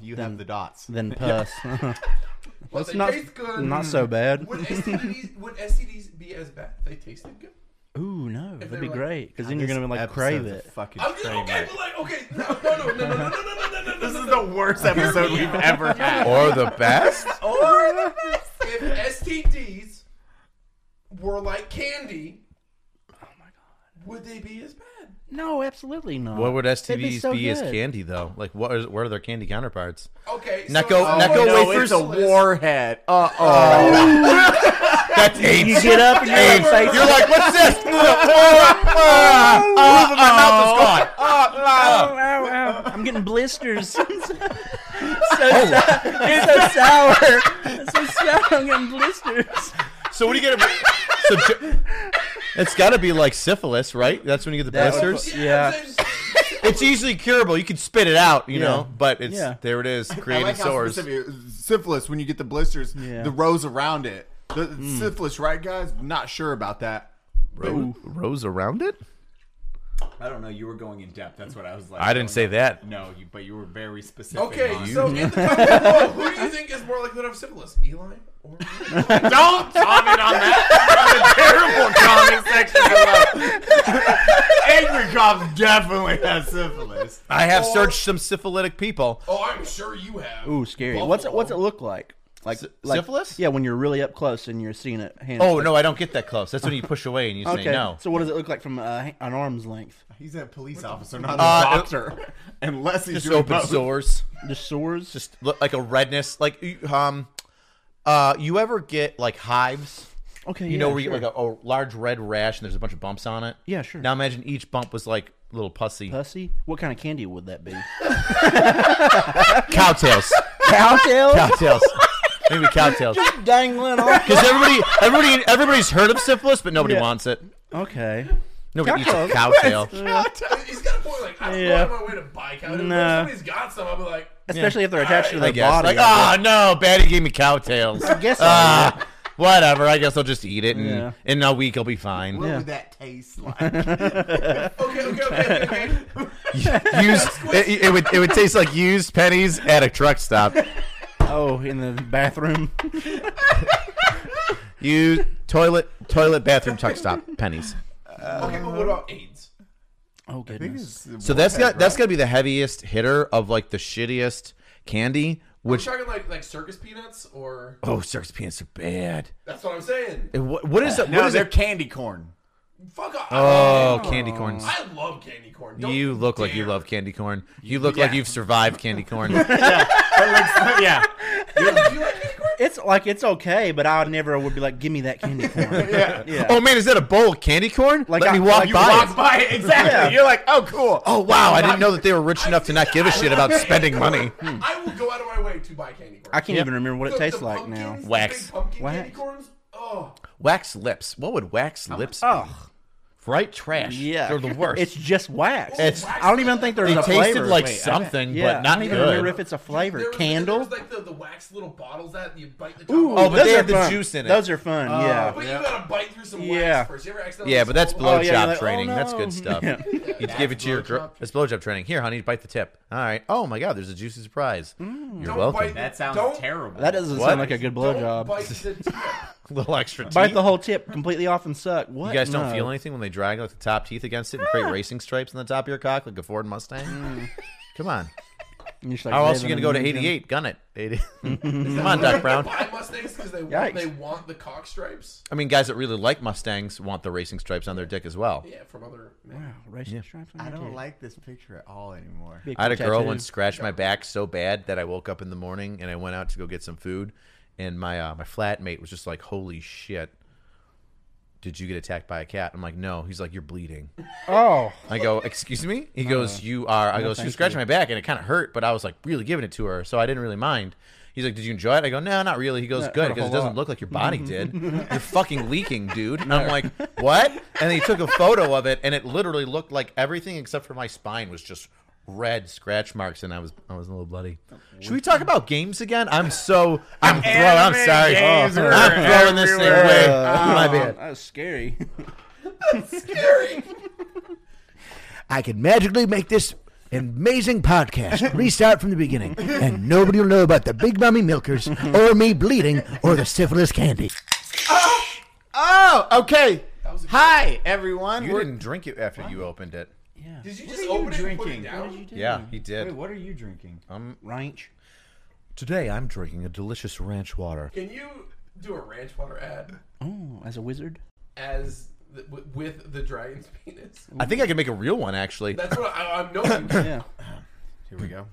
[SPEAKER 1] You have the dots.
[SPEAKER 4] Then pus.
[SPEAKER 2] But they
[SPEAKER 4] not,
[SPEAKER 2] taste good. Mm.
[SPEAKER 4] not so bad.
[SPEAKER 2] Would STDs, would STDs be as bad if they tasted good?
[SPEAKER 4] Ooh, no. That'd
[SPEAKER 2] they're
[SPEAKER 4] be
[SPEAKER 2] like-
[SPEAKER 4] great. Because then you're going to like crave
[SPEAKER 1] Episode's a
[SPEAKER 4] it.
[SPEAKER 1] Fucking
[SPEAKER 2] I'm just,
[SPEAKER 1] train
[SPEAKER 2] okay,
[SPEAKER 1] wreck.
[SPEAKER 2] but like, okay, no, no, no, no, no, no, no, no, no, no, no.
[SPEAKER 1] This is the worst episode we've ever had.
[SPEAKER 3] Or the best?
[SPEAKER 4] Oh,
[SPEAKER 2] Or if STDs were like candy, oh my god, would they be as bad?
[SPEAKER 4] No, absolutely not.
[SPEAKER 3] what would
[SPEAKER 4] They'd
[SPEAKER 3] STDs
[SPEAKER 4] be
[SPEAKER 3] be,
[SPEAKER 4] so
[SPEAKER 3] as
[SPEAKER 4] good.
[SPEAKER 3] candy though? Like what are, what are their candy counterparts?
[SPEAKER 2] Okay,
[SPEAKER 3] Necco-
[SPEAKER 2] so
[SPEAKER 3] Necco
[SPEAKER 2] Oh,
[SPEAKER 1] no, it's
[SPEAKER 3] wafers?
[SPEAKER 1] a warhead. Uh oh.
[SPEAKER 3] That's AIDS.
[SPEAKER 4] You get up and you're
[SPEAKER 3] AIDS.
[SPEAKER 4] like,
[SPEAKER 3] You're like, what's this? Uh, uh, my mouth is gone.
[SPEAKER 4] ow, ow, ow. I'm getting blisters. so, sour. It's so sour. It's so sour. I'm getting blisters.
[SPEAKER 3] So what do you get? so, Jo- it's got to be like syphilis, right? That's when you get the
[SPEAKER 4] That-
[SPEAKER 3] blisters.
[SPEAKER 4] Yeah.
[SPEAKER 2] I'm saying-
[SPEAKER 3] It's easily curable. You can spit it out, you
[SPEAKER 4] Yeah.
[SPEAKER 3] know. But it's
[SPEAKER 4] Yeah.
[SPEAKER 3] there. It is
[SPEAKER 5] I
[SPEAKER 3] creating
[SPEAKER 5] like how
[SPEAKER 3] sores.
[SPEAKER 5] specific. Syphilis, when you get the blisters,
[SPEAKER 4] Yeah.
[SPEAKER 5] the rows around it. The
[SPEAKER 1] Hmm.
[SPEAKER 5] syphilis, right, guys? Not sure about that.
[SPEAKER 3] Ro- rose around it.
[SPEAKER 1] I don't know. You were going in depth. That's what I was like.
[SPEAKER 3] I didn't say that.
[SPEAKER 1] No, you, but you were very specific.
[SPEAKER 2] Okay,
[SPEAKER 1] on-
[SPEAKER 2] so in the comment below, who do you think is more likely to have syphilis, Eli or?
[SPEAKER 1] don't comment on that. That's a terrible comment section. Below. Angry cops definitely has syphilis.
[SPEAKER 3] I have
[SPEAKER 2] Or-
[SPEAKER 4] Oh.
[SPEAKER 3] searched some syphilitic people.
[SPEAKER 2] Oh, I'm sure you have.
[SPEAKER 4] Ooh, scary. What's it, what's it
[SPEAKER 2] Buffalo.
[SPEAKER 4] look like? Like,
[SPEAKER 3] Sy-
[SPEAKER 4] like-
[SPEAKER 3] syphilis?
[SPEAKER 4] Yeah, when you're really up close and you're seeing it. Hand
[SPEAKER 3] Oh no, I don't get that close. That's when you push away and you
[SPEAKER 4] Okay.
[SPEAKER 3] say no.
[SPEAKER 4] So what does it look like from uh, ha- an arm's length?
[SPEAKER 1] He's a police officer, not a
[SPEAKER 3] Uh,
[SPEAKER 1] doctor. Unless he's
[SPEAKER 3] Just
[SPEAKER 1] doing
[SPEAKER 3] open
[SPEAKER 1] both.
[SPEAKER 3] sores.
[SPEAKER 4] Just sores.
[SPEAKER 3] Just look like a redness. Like you- um, uh, you ever get like hives?
[SPEAKER 4] okay.
[SPEAKER 3] You
[SPEAKER 4] yeah,
[SPEAKER 3] know where you
[SPEAKER 4] sure.
[SPEAKER 3] get like a, a large red rash and there's a bunch of bumps on it.
[SPEAKER 4] Yeah, sure.
[SPEAKER 3] Now imagine each bump was like a little pussy.
[SPEAKER 4] pussy. What kind of candy would that be?
[SPEAKER 3] Cowtails.
[SPEAKER 4] Cowtail
[SPEAKER 3] Cowtails. Maybe cowtails.
[SPEAKER 4] dangling off.
[SPEAKER 3] Because everybody, everybody, everybody's heard of syphilis, but nobody
[SPEAKER 4] Yeah.
[SPEAKER 3] wants it.
[SPEAKER 4] Okay.
[SPEAKER 3] Nobody eats
[SPEAKER 4] Cowtails.
[SPEAKER 3] a cowtail.
[SPEAKER 2] He's got a point. Like, I don't
[SPEAKER 4] Yeah.
[SPEAKER 2] go out of my way to buy cow. If
[SPEAKER 4] Nah.
[SPEAKER 2] somebody's got some, I'll be like,
[SPEAKER 4] Especially if they're attached to
[SPEAKER 3] I
[SPEAKER 4] their
[SPEAKER 3] guess.
[SPEAKER 4] body.
[SPEAKER 3] like,
[SPEAKER 4] I guess.
[SPEAKER 3] ah, no, Batty gave me cowtails. I
[SPEAKER 4] guess so,
[SPEAKER 3] Whatever. I guess I'll just eat it, and
[SPEAKER 4] Yeah.
[SPEAKER 3] in a week I'll be fine.
[SPEAKER 1] What
[SPEAKER 4] Yeah.
[SPEAKER 1] would that taste like?
[SPEAKER 2] okay, okay, okay, okay. okay.
[SPEAKER 3] used, it, it would it would taste like used pennies at a truck stop.
[SPEAKER 4] Oh, in the bathroom. Oh,
[SPEAKER 3] Used toilet toilet bathroom truck stop pennies.
[SPEAKER 2] okay, but what about AIDS?
[SPEAKER 4] Oh goodness.
[SPEAKER 3] So that's got that's got to be the heaviest hitter of like the shittiest candy.
[SPEAKER 2] We're
[SPEAKER 3] Which
[SPEAKER 2] talking like like circus peanuts, or
[SPEAKER 3] oh, circus peanuts are bad.
[SPEAKER 2] that's what I'm saying.
[SPEAKER 3] And What, what is it?
[SPEAKER 1] no,
[SPEAKER 3] What is
[SPEAKER 1] they're
[SPEAKER 3] it?
[SPEAKER 1] candy corn.
[SPEAKER 2] Fuck off.
[SPEAKER 3] Oh, candy corns.
[SPEAKER 2] I love candy corn. Don't
[SPEAKER 3] You look like you
[SPEAKER 2] dare.
[SPEAKER 3] love candy corn. You look like
[SPEAKER 1] Yeah.
[SPEAKER 3] you've survived candy corn.
[SPEAKER 1] yeah.
[SPEAKER 2] Do you like candy corn?
[SPEAKER 4] It's like it's okay, but I never would be like, give me that candy corn. yeah.
[SPEAKER 3] Oh man, is that a bowl of candy corn?
[SPEAKER 4] Like
[SPEAKER 3] Let
[SPEAKER 4] I-
[SPEAKER 3] me walk
[SPEAKER 4] like you
[SPEAKER 3] by.
[SPEAKER 1] Walk
[SPEAKER 3] it.
[SPEAKER 1] by it. Exactly.
[SPEAKER 4] Yeah.
[SPEAKER 1] You're like, oh, cool.
[SPEAKER 3] Oh wow, I didn't know that they were rich enough to not give a shit about spending money.
[SPEAKER 2] I will go out of my way to buy candy corn.
[SPEAKER 4] I can't
[SPEAKER 3] Yep.
[SPEAKER 4] even remember what
[SPEAKER 2] The-
[SPEAKER 4] it tastes
[SPEAKER 2] the
[SPEAKER 4] like
[SPEAKER 2] pumpkins,
[SPEAKER 4] now.
[SPEAKER 2] the
[SPEAKER 3] Wax.
[SPEAKER 2] big pumpkin
[SPEAKER 4] Wax.
[SPEAKER 2] candy corns. Oh,
[SPEAKER 3] Wax lips. What would wax lips? be?
[SPEAKER 4] Oh,
[SPEAKER 3] Right trash.
[SPEAKER 4] yeah.
[SPEAKER 3] they're the worst.
[SPEAKER 4] It's just wax.
[SPEAKER 3] It's-
[SPEAKER 4] I don't even think there's
[SPEAKER 3] they
[SPEAKER 4] a
[SPEAKER 3] tasted
[SPEAKER 4] flavor.
[SPEAKER 3] like
[SPEAKER 1] Wait, I-
[SPEAKER 3] something,
[SPEAKER 4] yeah,
[SPEAKER 3] but not
[SPEAKER 4] I don't
[SPEAKER 3] good.
[SPEAKER 4] even remember if it's a flavor.
[SPEAKER 2] there was-
[SPEAKER 4] Candle.
[SPEAKER 2] There was like the, the wax little bottles that you bite the top
[SPEAKER 4] Ooh,
[SPEAKER 3] Oh,
[SPEAKER 2] off.
[SPEAKER 3] but
[SPEAKER 4] those
[SPEAKER 3] they
[SPEAKER 4] are
[SPEAKER 3] had the
[SPEAKER 4] fun.
[SPEAKER 3] juice in it.
[SPEAKER 4] Those are fun. yeah.
[SPEAKER 2] but you gotta bite through some
[SPEAKER 4] Yeah.
[SPEAKER 2] wax first. You ever accidentally
[SPEAKER 3] yeah, but that's
[SPEAKER 2] swallow-
[SPEAKER 3] blowjob
[SPEAKER 4] Oh, yeah, you're like, oh,
[SPEAKER 3] training. That's
[SPEAKER 4] no.
[SPEAKER 3] good stuff.
[SPEAKER 4] Yeah.
[SPEAKER 3] You give it to your girl. That's blowjob training. Here, honey, bite the tip. All right. Oh my God, there's a juicy surprise.
[SPEAKER 4] Mm.
[SPEAKER 3] You're
[SPEAKER 2] Don't
[SPEAKER 3] welcome.
[SPEAKER 2] bite-
[SPEAKER 1] That sounds
[SPEAKER 2] Don't-
[SPEAKER 1] terrible.
[SPEAKER 4] That doesn't
[SPEAKER 3] What?
[SPEAKER 4] sound like a good
[SPEAKER 2] Don't
[SPEAKER 4] blowjob.
[SPEAKER 2] bite
[SPEAKER 4] Bite,
[SPEAKER 2] the tip.
[SPEAKER 3] little extra. teeth.
[SPEAKER 4] the whole tip completely off and suck. What?
[SPEAKER 3] You guys don't
[SPEAKER 4] No.
[SPEAKER 3] feel anything when they drag like the top teeth against it and
[SPEAKER 4] Ah.
[SPEAKER 3] create racing stripes on the top of your cock like a Ford Mustang?
[SPEAKER 4] Mm.
[SPEAKER 3] Come on.
[SPEAKER 4] You're just like
[SPEAKER 3] How else are you
[SPEAKER 4] living
[SPEAKER 3] going to go to
[SPEAKER 4] in Lincoln.
[SPEAKER 3] 88? Gun it. 80. Come on, Doc Brown.
[SPEAKER 2] Buy Mustangs because they
[SPEAKER 4] Yikes.
[SPEAKER 2] want, they want the cock stripes.
[SPEAKER 3] I mean, guys that really like Mustangs want the racing stripes on their dick as well.
[SPEAKER 2] Yeah, from other men.
[SPEAKER 4] Wow, racing stripes on
[SPEAKER 1] I
[SPEAKER 4] your
[SPEAKER 1] don't
[SPEAKER 4] dick.
[SPEAKER 1] like this picture at all anymore.
[SPEAKER 4] Big
[SPEAKER 3] I had a girl
[SPEAKER 4] tattoo.
[SPEAKER 3] once scratch my back so bad that I woke up in the morning and I went out to go get some food, and my uh, my flatmate was just like, "Holy shit." Did you get attacked by a cat? I'm like, no. He's like, you're bleeding.
[SPEAKER 4] Oh,
[SPEAKER 3] I go, excuse me? He
[SPEAKER 4] Uh,
[SPEAKER 3] goes, you are. I go, she scratched my back and it kind of hurt, but I was like really giving it to her, so I didn't really mind. He's like, did you enjoy it? I go, no, not really. He goes,
[SPEAKER 4] Not-
[SPEAKER 3] good,
[SPEAKER 4] not a
[SPEAKER 3] because it
[SPEAKER 4] whole
[SPEAKER 3] doesn't
[SPEAKER 4] lot."
[SPEAKER 3] look like your body did. You're fucking leaking, dude. And I'm like, what? And he took a photo of it, and it literally looked like everything except for my spine was just red scratch marks, and I was I was a little bloody. Should we talk about games again? I'm so I'm throwing. I'm
[SPEAKER 1] Anime
[SPEAKER 3] sorry.
[SPEAKER 1] games were
[SPEAKER 3] I'm throwing this thing
[SPEAKER 1] everywhere.
[SPEAKER 3] away.
[SPEAKER 4] Uh,
[SPEAKER 3] Oh. my bad.
[SPEAKER 4] That was scary.
[SPEAKER 2] Scary.
[SPEAKER 5] I can magically make this amazing podcast restart from the beginning, and nobody will know about the Big Mummy Milkers, or me bleeding, or the syphilis candy.
[SPEAKER 1] Oh, okay.
[SPEAKER 2] was a good-
[SPEAKER 1] Hi, everyone.
[SPEAKER 3] You
[SPEAKER 1] We're-
[SPEAKER 3] didn't drink it after you opened it.
[SPEAKER 4] Yeah.
[SPEAKER 2] Did you
[SPEAKER 1] What
[SPEAKER 2] just
[SPEAKER 1] are you
[SPEAKER 2] open it and put it
[SPEAKER 1] drinking?
[SPEAKER 2] down?
[SPEAKER 3] Yeah, he did.
[SPEAKER 1] Wait, what are you drinking?
[SPEAKER 4] Ranch.
[SPEAKER 3] Today I'm drinking a delicious ranch water.
[SPEAKER 2] Can you do a ranch water ad
[SPEAKER 4] Oh, as a wizard.
[SPEAKER 2] as the, w- with the dragon's penis?
[SPEAKER 3] I think I can make a real one actually.
[SPEAKER 2] That's what I, I'm noting.
[SPEAKER 4] Yeah.
[SPEAKER 1] Here we go.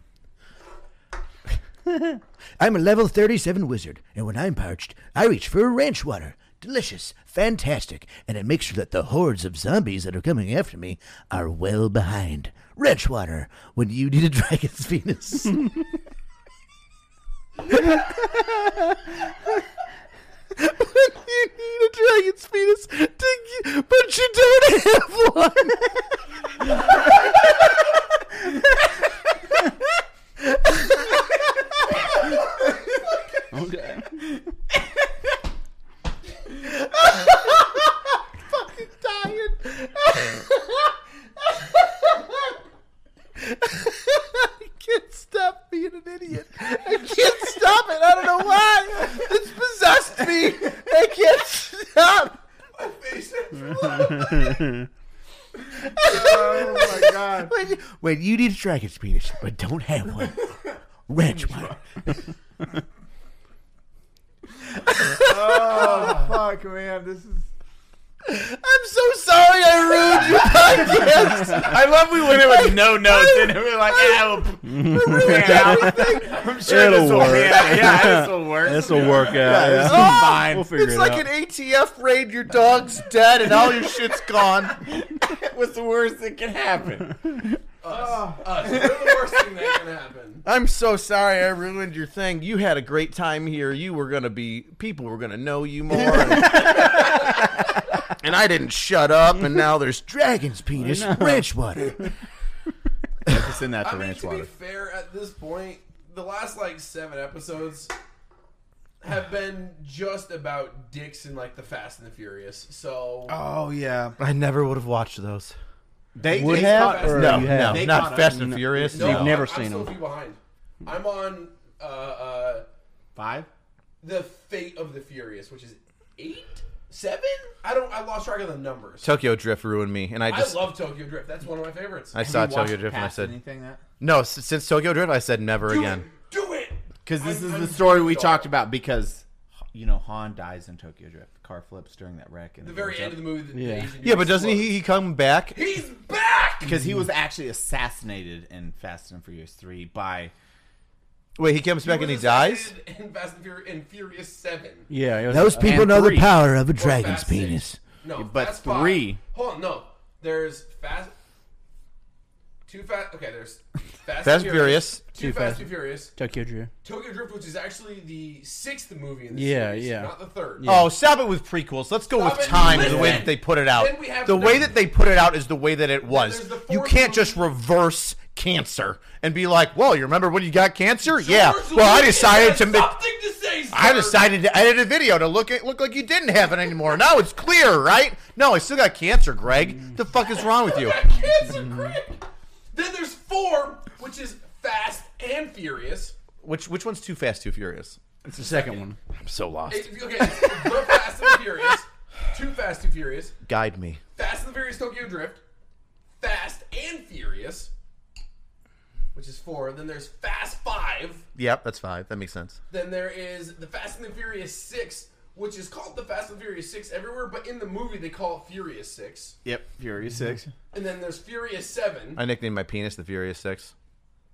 [SPEAKER 5] I'm a level 37 wizard, and when I'm parched, I reach for ranch water. Delicious, fantastic, and it makes sure that the hordes of zombies that are coming after me are well behind. Ranch water, when you need a dragon's penis.
[SPEAKER 3] you need a dragon's penis, to, but you don't have one.
[SPEAKER 4] Okay.
[SPEAKER 3] can't stop being an idiot. I can't stop it. I don't know why. It's possessed me. I can't stop.
[SPEAKER 2] My face.
[SPEAKER 1] Oh my god.
[SPEAKER 5] when, you- when you need a dragon's penis, but don't have one. Ranch water.
[SPEAKER 1] Oh, fuck, man. This is.
[SPEAKER 3] I'm so sorry I ruined your podcast.
[SPEAKER 1] I love we went in with no notes and we were like, yeah, we'll, I'm sure
[SPEAKER 4] It'll
[SPEAKER 1] this will
[SPEAKER 4] work.
[SPEAKER 1] Yeah, yeah, this will work.
[SPEAKER 4] This will work out.
[SPEAKER 3] it's
[SPEAKER 4] Yeah. Oh,
[SPEAKER 1] fine.
[SPEAKER 4] We'll figure
[SPEAKER 3] It's
[SPEAKER 4] it
[SPEAKER 3] like
[SPEAKER 4] out.
[SPEAKER 3] an ATF raid. Your dog's dead and all your shit's gone.
[SPEAKER 1] It was the worst that could happen.
[SPEAKER 2] Us. Us. We're the worst thing that can happen.
[SPEAKER 3] I'm so sorry I ruined your thing. You had a great time here. You were gonna be people were gonna know you more. And, and I didn't shut up. And now there's
[SPEAKER 5] Dragon's penis, ranch water.
[SPEAKER 7] Just send that
[SPEAKER 2] I
[SPEAKER 7] to
[SPEAKER 2] mean,
[SPEAKER 7] ranch
[SPEAKER 2] to be
[SPEAKER 7] water.
[SPEAKER 2] fair, at this point, the last like seven episodes have been just about dicks and like the Fast and the Furious. So
[SPEAKER 7] Oh yeah,
[SPEAKER 3] I never would have watched those.
[SPEAKER 7] they
[SPEAKER 4] Would
[SPEAKER 7] they
[SPEAKER 4] have
[SPEAKER 7] caught-
[SPEAKER 4] or
[SPEAKER 3] No,
[SPEAKER 4] you
[SPEAKER 3] no,
[SPEAKER 4] have?
[SPEAKER 7] They
[SPEAKER 3] not
[SPEAKER 7] caught
[SPEAKER 3] Fast
[SPEAKER 7] up.
[SPEAKER 3] and Furious.
[SPEAKER 2] no,
[SPEAKER 4] You've
[SPEAKER 2] I'm-
[SPEAKER 4] never
[SPEAKER 2] I'm,
[SPEAKER 4] seen
[SPEAKER 2] still
[SPEAKER 4] them.
[SPEAKER 2] a few behind. I'm on uh, uh,
[SPEAKER 7] five.
[SPEAKER 2] the Fate of the Furious, which is eight, seven. I don't. I lost track of the numbers.
[SPEAKER 3] Tokyo Drift ruined me, and I
[SPEAKER 2] I
[SPEAKER 3] just I,
[SPEAKER 2] love Tokyo Drift. That's one of my favorites.
[SPEAKER 3] saw
[SPEAKER 7] Have you
[SPEAKER 3] Tokyo
[SPEAKER 7] watched
[SPEAKER 3] Drift and I
[SPEAKER 7] past
[SPEAKER 3] said
[SPEAKER 7] anything that
[SPEAKER 3] no. s- Since Tokyo Drift, I said never
[SPEAKER 2] do
[SPEAKER 3] again.
[SPEAKER 2] it. Do it.
[SPEAKER 7] because this
[SPEAKER 2] I'm-
[SPEAKER 7] is
[SPEAKER 2] I'm
[SPEAKER 7] the story we
[SPEAKER 2] done.
[SPEAKER 7] talked about because you know Han dies in Tokyo Drift. The car flips during that wreck. And
[SPEAKER 2] The very end of the movie. The
[SPEAKER 4] Yeah.
[SPEAKER 2] Asian dude
[SPEAKER 3] Yeah, but doesn't he,
[SPEAKER 2] explodes.
[SPEAKER 3] he come back?
[SPEAKER 2] He's back.
[SPEAKER 7] Because he was actually assassinated in Fast and Furious Three by
[SPEAKER 3] Wait, he comes back and he dies.
[SPEAKER 2] In Fast and Furious, in Furious Seven.
[SPEAKER 4] Yeah, it was,
[SPEAKER 5] Those people
[SPEAKER 7] And
[SPEAKER 5] know
[SPEAKER 7] three.
[SPEAKER 5] the power of a dragon's
[SPEAKER 2] Fast Six.
[SPEAKER 5] penis.
[SPEAKER 2] No,
[SPEAKER 7] but
[SPEAKER 2] Fast Five.
[SPEAKER 7] three.
[SPEAKER 2] Hold on, no. There's Fast. Two Fast. Okay, there's Fast,
[SPEAKER 3] Fast
[SPEAKER 2] and
[SPEAKER 3] Furious.
[SPEAKER 2] Two
[SPEAKER 4] Too
[SPEAKER 2] Fast
[SPEAKER 4] Fast.
[SPEAKER 2] and Furious.
[SPEAKER 4] Tokyo Drift.
[SPEAKER 2] Tokyo Drift, which is actually the sixth movie in the
[SPEAKER 4] Yeah,
[SPEAKER 2] series,
[SPEAKER 4] yeah.
[SPEAKER 2] not the third.
[SPEAKER 3] Oh, stop it with prequels. Let's go
[SPEAKER 2] Stop
[SPEAKER 3] with
[SPEAKER 2] it.
[SPEAKER 3] time and the way
[SPEAKER 2] Listen.
[SPEAKER 3] that they put it out.
[SPEAKER 2] Then we have
[SPEAKER 3] The
[SPEAKER 2] to-
[SPEAKER 3] way that they put it out is the way that it was.
[SPEAKER 2] there's the
[SPEAKER 3] You
[SPEAKER 2] fourth
[SPEAKER 3] can't
[SPEAKER 2] movie.
[SPEAKER 3] just reverse cancer and be like, "Well, you remember when you got cancer?"
[SPEAKER 2] George
[SPEAKER 3] Oh, Yeah.
[SPEAKER 2] Lucas
[SPEAKER 3] Well, I
[SPEAKER 2] has
[SPEAKER 3] decided to make.
[SPEAKER 2] something to say. Sir.
[SPEAKER 3] I decided to edit a video to look it look like you didn't have it anymore. Now it's clear, right? No, I still got cancer, Greg. The fuck is wrong with you?
[SPEAKER 2] That kid's a
[SPEAKER 3] Mm-hmm.
[SPEAKER 2] crank. Then there's four, which is Fast and Furious.
[SPEAKER 3] Which which one's too fast, too furious?
[SPEAKER 4] It's the second one.
[SPEAKER 3] I'm so lost.
[SPEAKER 2] It, okay, it's the Fast and Furious, Too Fast and Furious,
[SPEAKER 3] Guide me.
[SPEAKER 2] Fast and the Furious Tokyo Drift, Fast and Furious, which is four. Then there's Fast Five.
[SPEAKER 3] Yep, that's five. That makes sense.
[SPEAKER 2] Then there is the Fast and the Furious Six, which is called the Fast and Furious Six everywhere, but in the movie they call it Furious Six.
[SPEAKER 7] Yep Furious Six
[SPEAKER 2] And then there's Furious Seven.
[SPEAKER 3] I nicknamed my penis the Furious Six.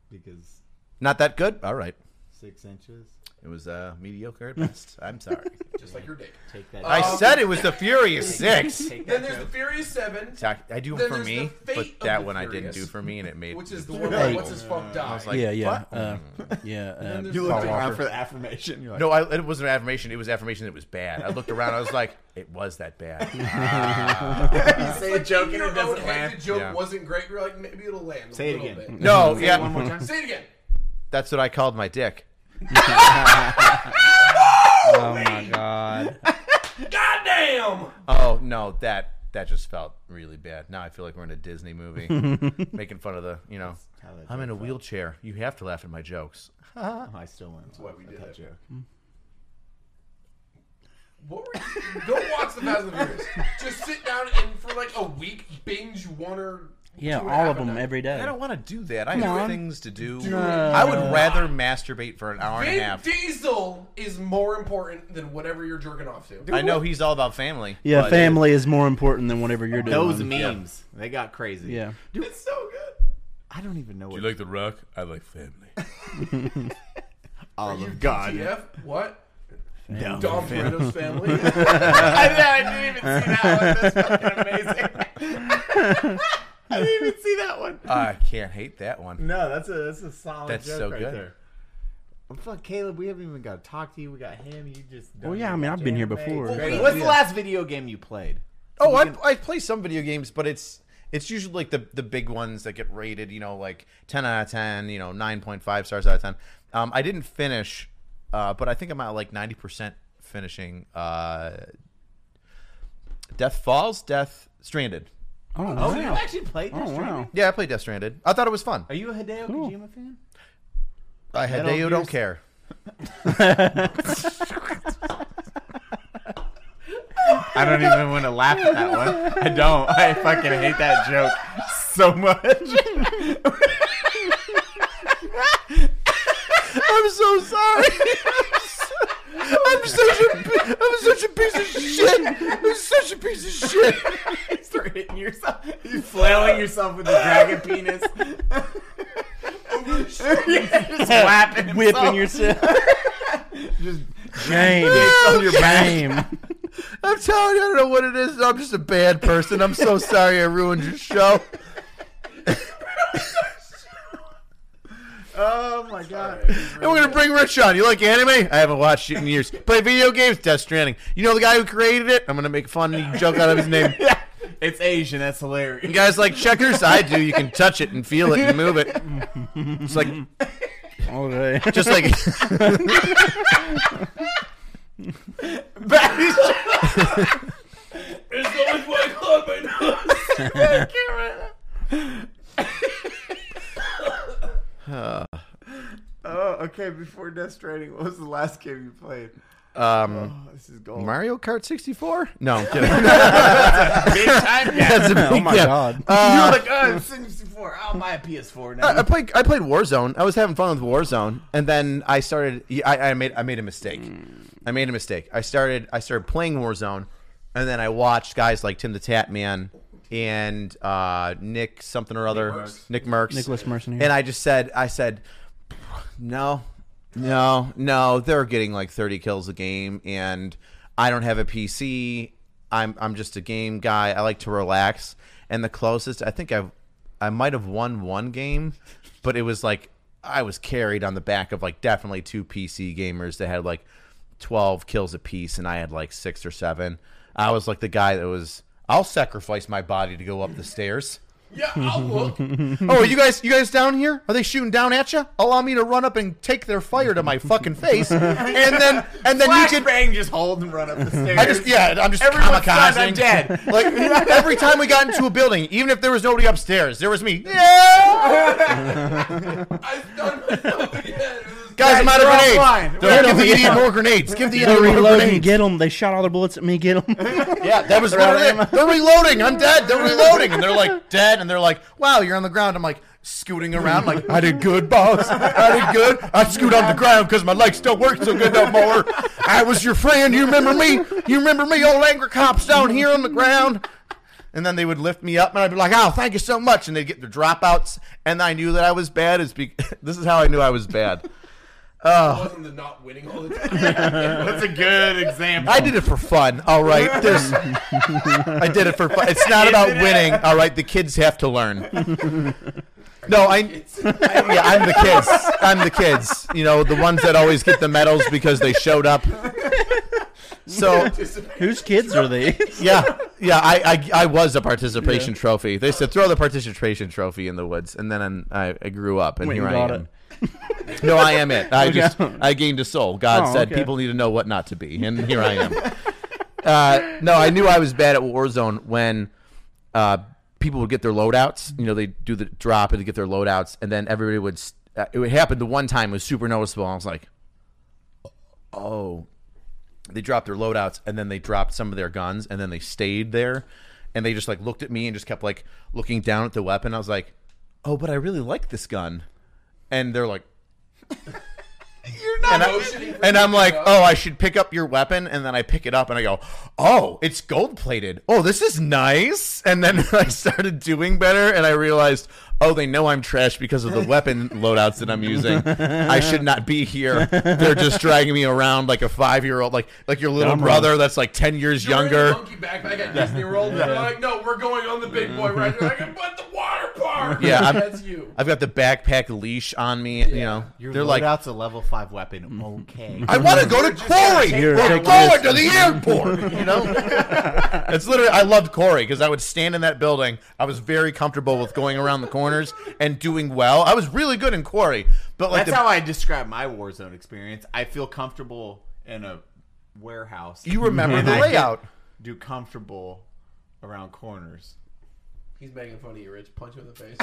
[SPEAKER 7] because
[SPEAKER 3] Not that good. All right.
[SPEAKER 7] six inches.
[SPEAKER 3] It was uh, mediocre at best. I'm sorry.
[SPEAKER 2] Just like your dick.
[SPEAKER 7] Take that.
[SPEAKER 3] I
[SPEAKER 2] Um,
[SPEAKER 3] said it was the Furious Six.
[SPEAKER 7] take
[SPEAKER 2] Then
[SPEAKER 7] that.
[SPEAKER 2] there's the Furious Seven,
[SPEAKER 3] Doc- I do
[SPEAKER 2] Then
[SPEAKER 3] them for
[SPEAKER 2] there's
[SPEAKER 3] me,
[SPEAKER 2] the
[SPEAKER 3] but
[SPEAKER 2] fate of
[SPEAKER 3] that
[SPEAKER 2] the
[SPEAKER 3] one I didn't
[SPEAKER 2] furious,
[SPEAKER 3] do for me, and it made
[SPEAKER 2] which
[SPEAKER 3] me
[SPEAKER 2] is the
[SPEAKER 3] feel
[SPEAKER 2] one
[SPEAKER 3] evil.
[SPEAKER 2] that what's his fuck dies.
[SPEAKER 3] like,
[SPEAKER 4] yeah, yeah, uh, yeah. Uh,
[SPEAKER 2] there's-
[SPEAKER 7] You
[SPEAKER 2] Paul
[SPEAKER 7] looked around
[SPEAKER 3] Walker.
[SPEAKER 7] for the affirmation. You're like,
[SPEAKER 3] No, I, it wasn't an affirmation. It was affirmation. It was bad. I looked around. I was like, it was that bad.
[SPEAKER 2] It's
[SPEAKER 7] say
[SPEAKER 2] like
[SPEAKER 7] a joke
[SPEAKER 2] in
[SPEAKER 7] and
[SPEAKER 2] your
[SPEAKER 7] it doesn't
[SPEAKER 2] own
[SPEAKER 7] land.
[SPEAKER 2] Head, the joke
[SPEAKER 3] Yeah.
[SPEAKER 2] wasn't great. You're like, maybe it'll land.
[SPEAKER 7] Say it
[SPEAKER 2] a little
[SPEAKER 7] again.
[SPEAKER 2] Bit.
[SPEAKER 3] no, yeah,
[SPEAKER 7] one more time.
[SPEAKER 2] Say it again.
[SPEAKER 3] that's what I called my dick.
[SPEAKER 7] Oh my god.
[SPEAKER 2] Goddamn!
[SPEAKER 3] Oh no, that that just felt really bad. Now I feel like we're in a Disney movie, making fun of the, you know,
[SPEAKER 7] that
[SPEAKER 3] I'm in a wheelchair. You have to laugh at my jokes.
[SPEAKER 7] "Oh, I still want to
[SPEAKER 2] why we
[SPEAKER 7] laugh
[SPEAKER 2] did
[SPEAKER 7] at
[SPEAKER 2] it.
[SPEAKER 7] that joke.
[SPEAKER 2] What were you? Go watch the Fast and the Furious. Just sit down and for like a week binge one or
[SPEAKER 4] yeah,
[SPEAKER 2] two and a half
[SPEAKER 4] all of
[SPEAKER 2] a
[SPEAKER 4] them
[SPEAKER 2] night.
[SPEAKER 4] every day.
[SPEAKER 3] I don't want to do that. I have
[SPEAKER 4] on.
[SPEAKER 3] things to do.
[SPEAKER 2] Do it.
[SPEAKER 3] I would rather masturbate for an hour and a
[SPEAKER 2] Vin
[SPEAKER 3] half.
[SPEAKER 2] Diesel is more important than whatever you're jerking off to.
[SPEAKER 3] I know he's all about family.
[SPEAKER 4] yeah,
[SPEAKER 3] but-
[SPEAKER 4] family is more important than whatever you're doing.
[SPEAKER 7] Those memes, they got crazy.
[SPEAKER 4] Mm-hmm. Yeah.
[SPEAKER 2] It's so good.
[SPEAKER 7] I don't even know what
[SPEAKER 1] like the rock? I like family.
[SPEAKER 7] all of God.
[SPEAKER 2] TF, what?
[SPEAKER 7] No.
[SPEAKER 2] Dom Toretto's family.
[SPEAKER 7] I, know, I didn't even see that one. That's fucking amazing. I didn't even see that one.
[SPEAKER 3] I can't hate that one.
[SPEAKER 7] No, that's a that's a solid
[SPEAKER 3] That's
[SPEAKER 7] joke
[SPEAKER 3] so
[SPEAKER 7] right
[SPEAKER 3] good.
[SPEAKER 7] there. Well, fuck, Caleb, we haven't even got to talk to you. We got him. You just.
[SPEAKER 4] Well, yeah, I mean, I've been here before.
[SPEAKER 7] What's
[SPEAKER 4] Great
[SPEAKER 7] the last video game you played?
[SPEAKER 3] Oh, I, I play some video games, but it's it's usually like the the big ones that get rated, you know, like ten out of ten, you know, nine point five stars out of ten. Um, I didn't finish, uh, but I think I'm at like ninety percent finishing. Uh, Death Falls, Death Stranded.
[SPEAKER 4] Oh,
[SPEAKER 7] Oh,
[SPEAKER 4] wow.
[SPEAKER 7] you actually played this?
[SPEAKER 4] Oh, wow.
[SPEAKER 3] Yeah, I played Death Stranded. I thought it was fun.
[SPEAKER 7] Are you a Hideo
[SPEAKER 4] Cool.
[SPEAKER 7] Kojima fan?
[SPEAKER 3] I had
[SPEAKER 7] Metal Gear
[SPEAKER 3] Hideo don't care.
[SPEAKER 7] I don't even want to laugh at that one. I don't. I fucking hate that joke so much.
[SPEAKER 3] I'm so sorry. I'm such a I'm such a piece of shit. You're such a piece of shit.
[SPEAKER 7] Start hitting yourself. You flailing yourself with the dragon penis. just whapping
[SPEAKER 4] Whipping
[SPEAKER 7] yourself.
[SPEAKER 4] yourself.
[SPEAKER 7] Just
[SPEAKER 4] Shame.
[SPEAKER 3] Oh,
[SPEAKER 4] your shame.
[SPEAKER 3] I'm telling you, I don't know what it is. I'm just a bad person. I'm so sorry I ruined your show.
[SPEAKER 7] Oh my god.
[SPEAKER 3] And we're gonna bring Rich on. You like anime? I haven't watched it in years. Play video games? Death Stranding. You know the guy who created it? I'm gonna make a funny joke out of his name.
[SPEAKER 7] It's Asian, that's hilarious.
[SPEAKER 3] You guys like checkers? I do. You can touch it and feel it and move it. It's like
[SPEAKER 4] Okay.
[SPEAKER 3] just like
[SPEAKER 2] It's always white club. I know.
[SPEAKER 7] Oh, okay. Before Death Stranding, what was the last game you played?
[SPEAKER 3] um,
[SPEAKER 7] Oh, this is gold.
[SPEAKER 3] Mario Kart 64. No, I'm kidding. That's a big
[SPEAKER 4] Oh my
[SPEAKER 3] gap.
[SPEAKER 4] god.
[SPEAKER 7] You're
[SPEAKER 3] Uh,
[SPEAKER 7] like, oh, it's 64. Oh, my PS4 now.
[SPEAKER 3] I I played I played Warzone. I was having fun with Warzone, and then I started. I, I made I made a mistake. I made a mistake. I started I started playing Warzone, and then I watched guys like Tim the Tap Man and uh, Nick something or other, Nick Merckx,
[SPEAKER 4] Nicholas Mercenary.
[SPEAKER 3] and I just said I said no, no, no. They're getting like 30 kills a game, and I don't have a PC. I'm I'm just a game guy. I like to relax. And the closest, I think I've I might have won one game, but it was like I was carried on the back of like definitely two PC gamers that had like 12 kills apiece, and I had like six or seven. I was like the guy that was. I'll sacrifice my body to go up the stairs.
[SPEAKER 2] Yeah, I'll look.
[SPEAKER 3] Oh, are you guys, you guys down here? Are they shooting down at you? Allow me to run up and take their fire to my fucking face, and then and then you can.
[SPEAKER 7] bang, just hold and run up the stairs.
[SPEAKER 3] I just yeah, I'm just
[SPEAKER 7] Everyone's
[SPEAKER 3] kamikazing.
[SPEAKER 7] done, I'm dead.
[SPEAKER 3] Like every time we got into a building, even if there was nobody upstairs, there was me. Yeah,
[SPEAKER 2] I stunned myself again. It was-
[SPEAKER 3] guys, I'm out of
[SPEAKER 7] you're
[SPEAKER 3] grenades.
[SPEAKER 7] offline.
[SPEAKER 3] Don't give the idiot more grenades. Give the
[SPEAKER 4] They're
[SPEAKER 3] idiot more
[SPEAKER 4] reloading.
[SPEAKER 3] grenades.
[SPEAKER 4] Get them. They shot all their bullets at me. Get them.
[SPEAKER 3] Yeah, that was what it is. They're reloading. I'm dead. They're reloading, and they're like dead, and they're like, "Wow, you're on the ground." I'm like scooting around, like I did good, boss. I did good. I scoot on the ground because my legs don't work so good no more. I was your friend. You remember me? You remember me, old angry cops down here on the ground. And then they would lift me up, and I'd be like, "Oh, thank you so much." And they'd get their dropouts, and I knew that I was bad. Is be- this is how I knew I was bad.
[SPEAKER 2] I wasn't the not winning all the time.
[SPEAKER 7] That's a good example.
[SPEAKER 3] I did it for fun. All right, there's. I did it for fun. It's not about winning. All right, the kids have to learn. No, I. Yeah, I'm the kids. I'm the kids. You know, the ones that always get the medals because they showed up. So
[SPEAKER 4] Whose kids are these?
[SPEAKER 3] yeah, yeah. I, I, I was a participation trophy. They said throw the participation trophy in the woods, and then I, I grew up, and
[SPEAKER 4] Went
[SPEAKER 3] here
[SPEAKER 4] and
[SPEAKER 3] I
[SPEAKER 4] got
[SPEAKER 3] am. no, I am it. I just I gained a soul. God
[SPEAKER 4] Oh,
[SPEAKER 3] said
[SPEAKER 4] okay.
[SPEAKER 3] people need to know what not to be, and here I am. uh, no, I knew I was bad at Warzone when uh, people would get their loadouts. You know, they do the drop and get their loadouts, and then everybody would. s uh, it would happen the one time it was super noticeable. I was like, oh, they dropped their loadouts and then they dropped some of their guns and then they stayed there and they just like looked at me and just kept like looking down at the weapon. I was like, oh, but I really like this gun, and they're like.
[SPEAKER 2] You're not
[SPEAKER 3] And, I,
[SPEAKER 2] motioning for
[SPEAKER 3] and
[SPEAKER 2] me
[SPEAKER 3] I'm
[SPEAKER 2] to
[SPEAKER 3] like,
[SPEAKER 2] go.
[SPEAKER 3] oh, I should pick up your weapon, and then I pick it up and I go, oh, it's gold plated. Oh, this is nice. And then I started doing better, and I realized, oh, they know I'm trash because of the weapon loadouts that I'm using. I should not be here. They're just dragging me around like a five year old, like like your little brother that's like ten years
[SPEAKER 2] You're in a
[SPEAKER 3] younger.
[SPEAKER 2] Monkey backpack at Disney World. and They're like, no, we're going on the big
[SPEAKER 1] Mm-hmm.
[SPEAKER 2] boy ride. They're like, but the water park.
[SPEAKER 3] Yeah, I'm-
[SPEAKER 2] that's you.
[SPEAKER 3] I've got the backpack leash on me. You know,
[SPEAKER 7] Your
[SPEAKER 3] they're like,
[SPEAKER 7] loadout's a level five weapon. Okay.
[SPEAKER 3] I want to go to Corey.
[SPEAKER 4] You're
[SPEAKER 3] We're
[SPEAKER 4] taking
[SPEAKER 3] going to the airport. You know, it's literally. I loved Corey because I would stand in that building. I was very comfortable with going around the corners and doing well. I was really good in Corey, but like
[SPEAKER 7] That's
[SPEAKER 3] the,
[SPEAKER 7] how I describe my Warzone experience. I feel comfortable in a warehouse.
[SPEAKER 3] you remember
[SPEAKER 7] And
[SPEAKER 3] the
[SPEAKER 7] I can
[SPEAKER 3] layout.
[SPEAKER 7] Do comfortable around corners.
[SPEAKER 2] He's making fun of you, Rich. Punch him in the face.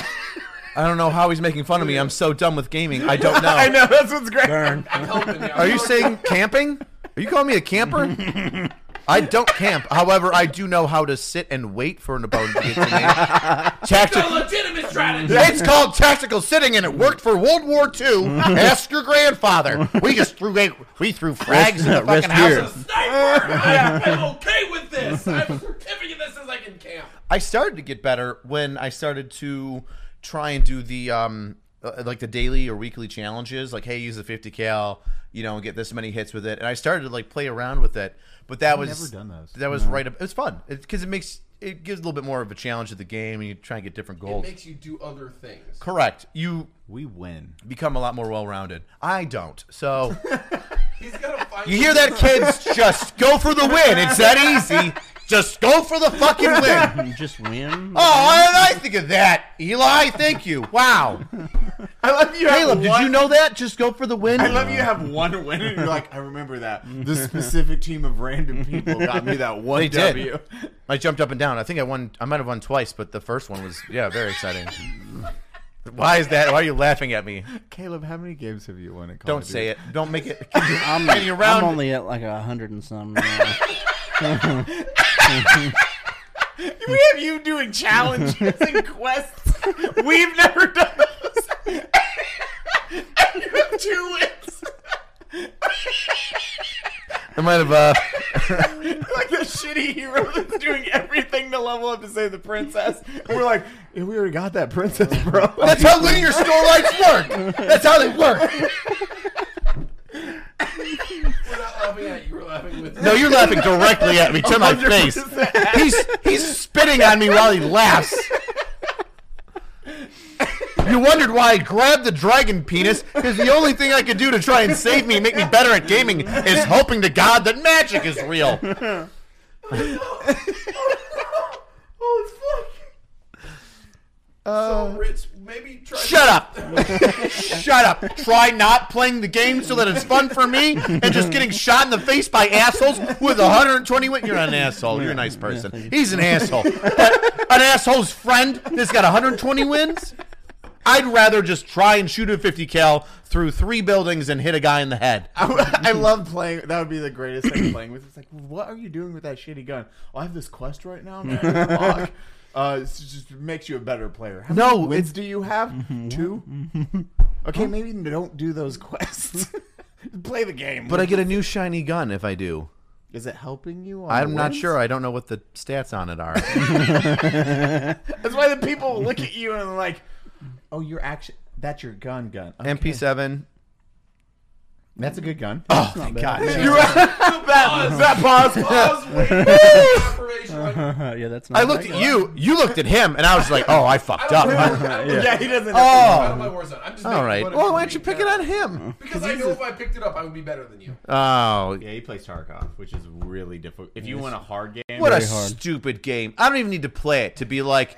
[SPEAKER 3] I don't know how he's making fun of me. I'm so dumb with gaming. I don't know. I
[SPEAKER 7] know that's what's great.
[SPEAKER 2] I'm helping you. I'm
[SPEAKER 3] Are you
[SPEAKER 2] helping
[SPEAKER 3] saying camping? Are you calling me a camper? I don't camp. However, I do know how to sit and wait for an opponent to get to me.
[SPEAKER 2] It's
[SPEAKER 3] Tactic-
[SPEAKER 2] a legitimate strategy.
[SPEAKER 3] It's called tactical sitting, and it worked for World War II. Ask your grandfather. We just threw we threw frags in the
[SPEAKER 4] Mm-hmm. Rest
[SPEAKER 3] fucking house.
[SPEAKER 4] here.
[SPEAKER 2] Sniper. I am okay with this. I have a certificate that says I can camp.
[SPEAKER 3] I started to get better when I started to try and do the um uh, like the daily or weekly challenges like hey use the 50 cal you know and get this many hits with it and I started to like play around with it but that was
[SPEAKER 1] never done those.
[SPEAKER 3] that was right up it was fun because it, makes it gives a little bit more of a challenge to the game and you try and get different
[SPEAKER 2] It
[SPEAKER 3] goals
[SPEAKER 2] makes you do other things.
[SPEAKER 3] correct you
[SPEAKER 1] We win.
[SPEAKER 3] become a lot more well-rounded I don't so
[SPEAKER 2] He's gotta find.
[SPEAKER 3] you hear that kids just go for the win it's that easy just go for the fucking win
[SPEAKER 4] You just win.
[SPEAKER 3] Oh, why did I think of that, Eli? Thank you. Wow,
[SPEAKER 1] I love you.
[SPEAKER 3] Caleb, did you know that? Just go for the win.
[SPEAKER 1] I love you have one win and you're like, I remember that. This specific team of random people got me that one
[SPEAKER 3] They did.
[SPEAKER 1] W.
[SPEAKER 3] I jumped up and down. I think I won. I might have won twice, but the first one was yeah, very exciting. why is that? Why are you laughing at me?
[SPEAKER 1] Caleb, how many games have you won at Call of
[SPEAKER 3] Don't
[SPEAKER 1] Duty?
[SPEAKER 3] say it. Don't make it.
[SPEAKER 4] I'm,
[SPEAKER 3] Hey, you're round-
[SPEAKER 4] I'm only at like a hundred and some. now.
[SPEAKER 1] We have you doing challenges and quests. We've never done those. and you have two wins.
[SPEAKER 3] I might have. Uh,
[SPEAKER 1] like the shitty hero that's doing everything to level up to save the princess. And we're like, yeah, we already got that princess, bro.
[SPEAKER 3] that's how linear store lights work. That's how they work.
[SPEAKER 2] We're not laughing at you. We're laughing with.
[SPEAKER 3] No, you're laughing directly at me to my face. He's he's spitting on me while he laughs. You wondered why I grabbed the dragon penis because the only thing I could do to try and save me, and make me better at gaming, is hoping to God that magic is real.
[SPEAKER 2] Oh, fuck. so Ritz, maybe try.
[SPEAKER 3] Shut up! Shut up! Try not playing the game so that it's fun for me, and just getting shot in the face by assholes with 120. Win- You're not an asshole. You're a nice person. He's an asshole. But an asshole's friend that's got 120 wins. I'd rather just try and shoot a 50 cal through three buildings and hit a guy in the head.
[SPEAKER 1] I, I love playing. That would be the greatest thing playing with. It's like, what are you doing with that shitty gun? Well, I have this quest right now. Man. Fuck. Uh, it just makes you a better player. How
[SPEAKER 3] No,
[SPEAKER 1] many wins do you have? Two. Okay, maybe don't do those quests. Play the game.
[SPEAKER 3] But I get a new shiny gun if I do.
[SPEAKER 1] is it helping you? on
[SPEAKER 3] I'm
[SPEAKER 1] the
[SPEAKER 3] not
[SPEAKER 1] wins?
[SPEAKER 3] sure. I don't know what the stats on it are.
[SPEAKER 1] That's why the people look at you and they're like, "Oh, you're actually that's your gun, gun. Okay.
[SPEAKER 3] MP7.
[SPEAKER 1] That's a good gun.
[SPEAKER 3] Oh, thank God.
[SPEAKER 1] that pause.
[SPEAKER 2] Pause. Wait. Confirmation. Like,
[SPEAKER 4] yeah, that's not.
[SPEAKER 3] I looked at you. You looked at him, and I was like, "Oh, I fucked up."
[SPEAKER 1] yeah. he doesn't.
[SPEAKER 2] Out of
[SPEAKER 3] Oh,
[SPEAKER 2] my war zone. I'm just
[SPEAKER 3] all
[SPEAKER 2] making
[SPEAKER 3] right.
[SPEAKER 2] fun of
[SPEAKER 3] Well,
[SPEAKER 2] you
[SPEAKER 3] why don't you
[SPEAKER 2] being
[SPEAKER 3] pick it on
[SPEAKER 2] bad.
[SPEAKER 3] him?
[SPEAKER 2] Because I know if I picked it up, I would be better than you.
[SPEAKER 3] Oh,
[SPEAKER 1] Yeah, he plays Tarkov, which is really difficult. If you want a hard game,
[SPEAKER 3] what a
[SPEAKER 4] hard.
[SPEAKER 3] stupid game! I don't even need to play it to be like,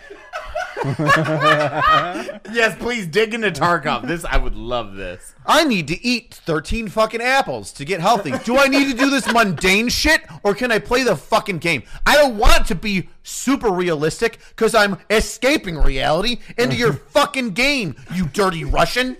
[SPEAKER 1] yes, please dig into Tarkov. This I would love this.
[SPEAKER 3] I need to eat thirteen fucking apples to get healthy. Do I need to do this mundane shit, or can I play the fucking game? I don't want it to be super realistic because I'm escaping reality into your fucking game, you dirty Russian.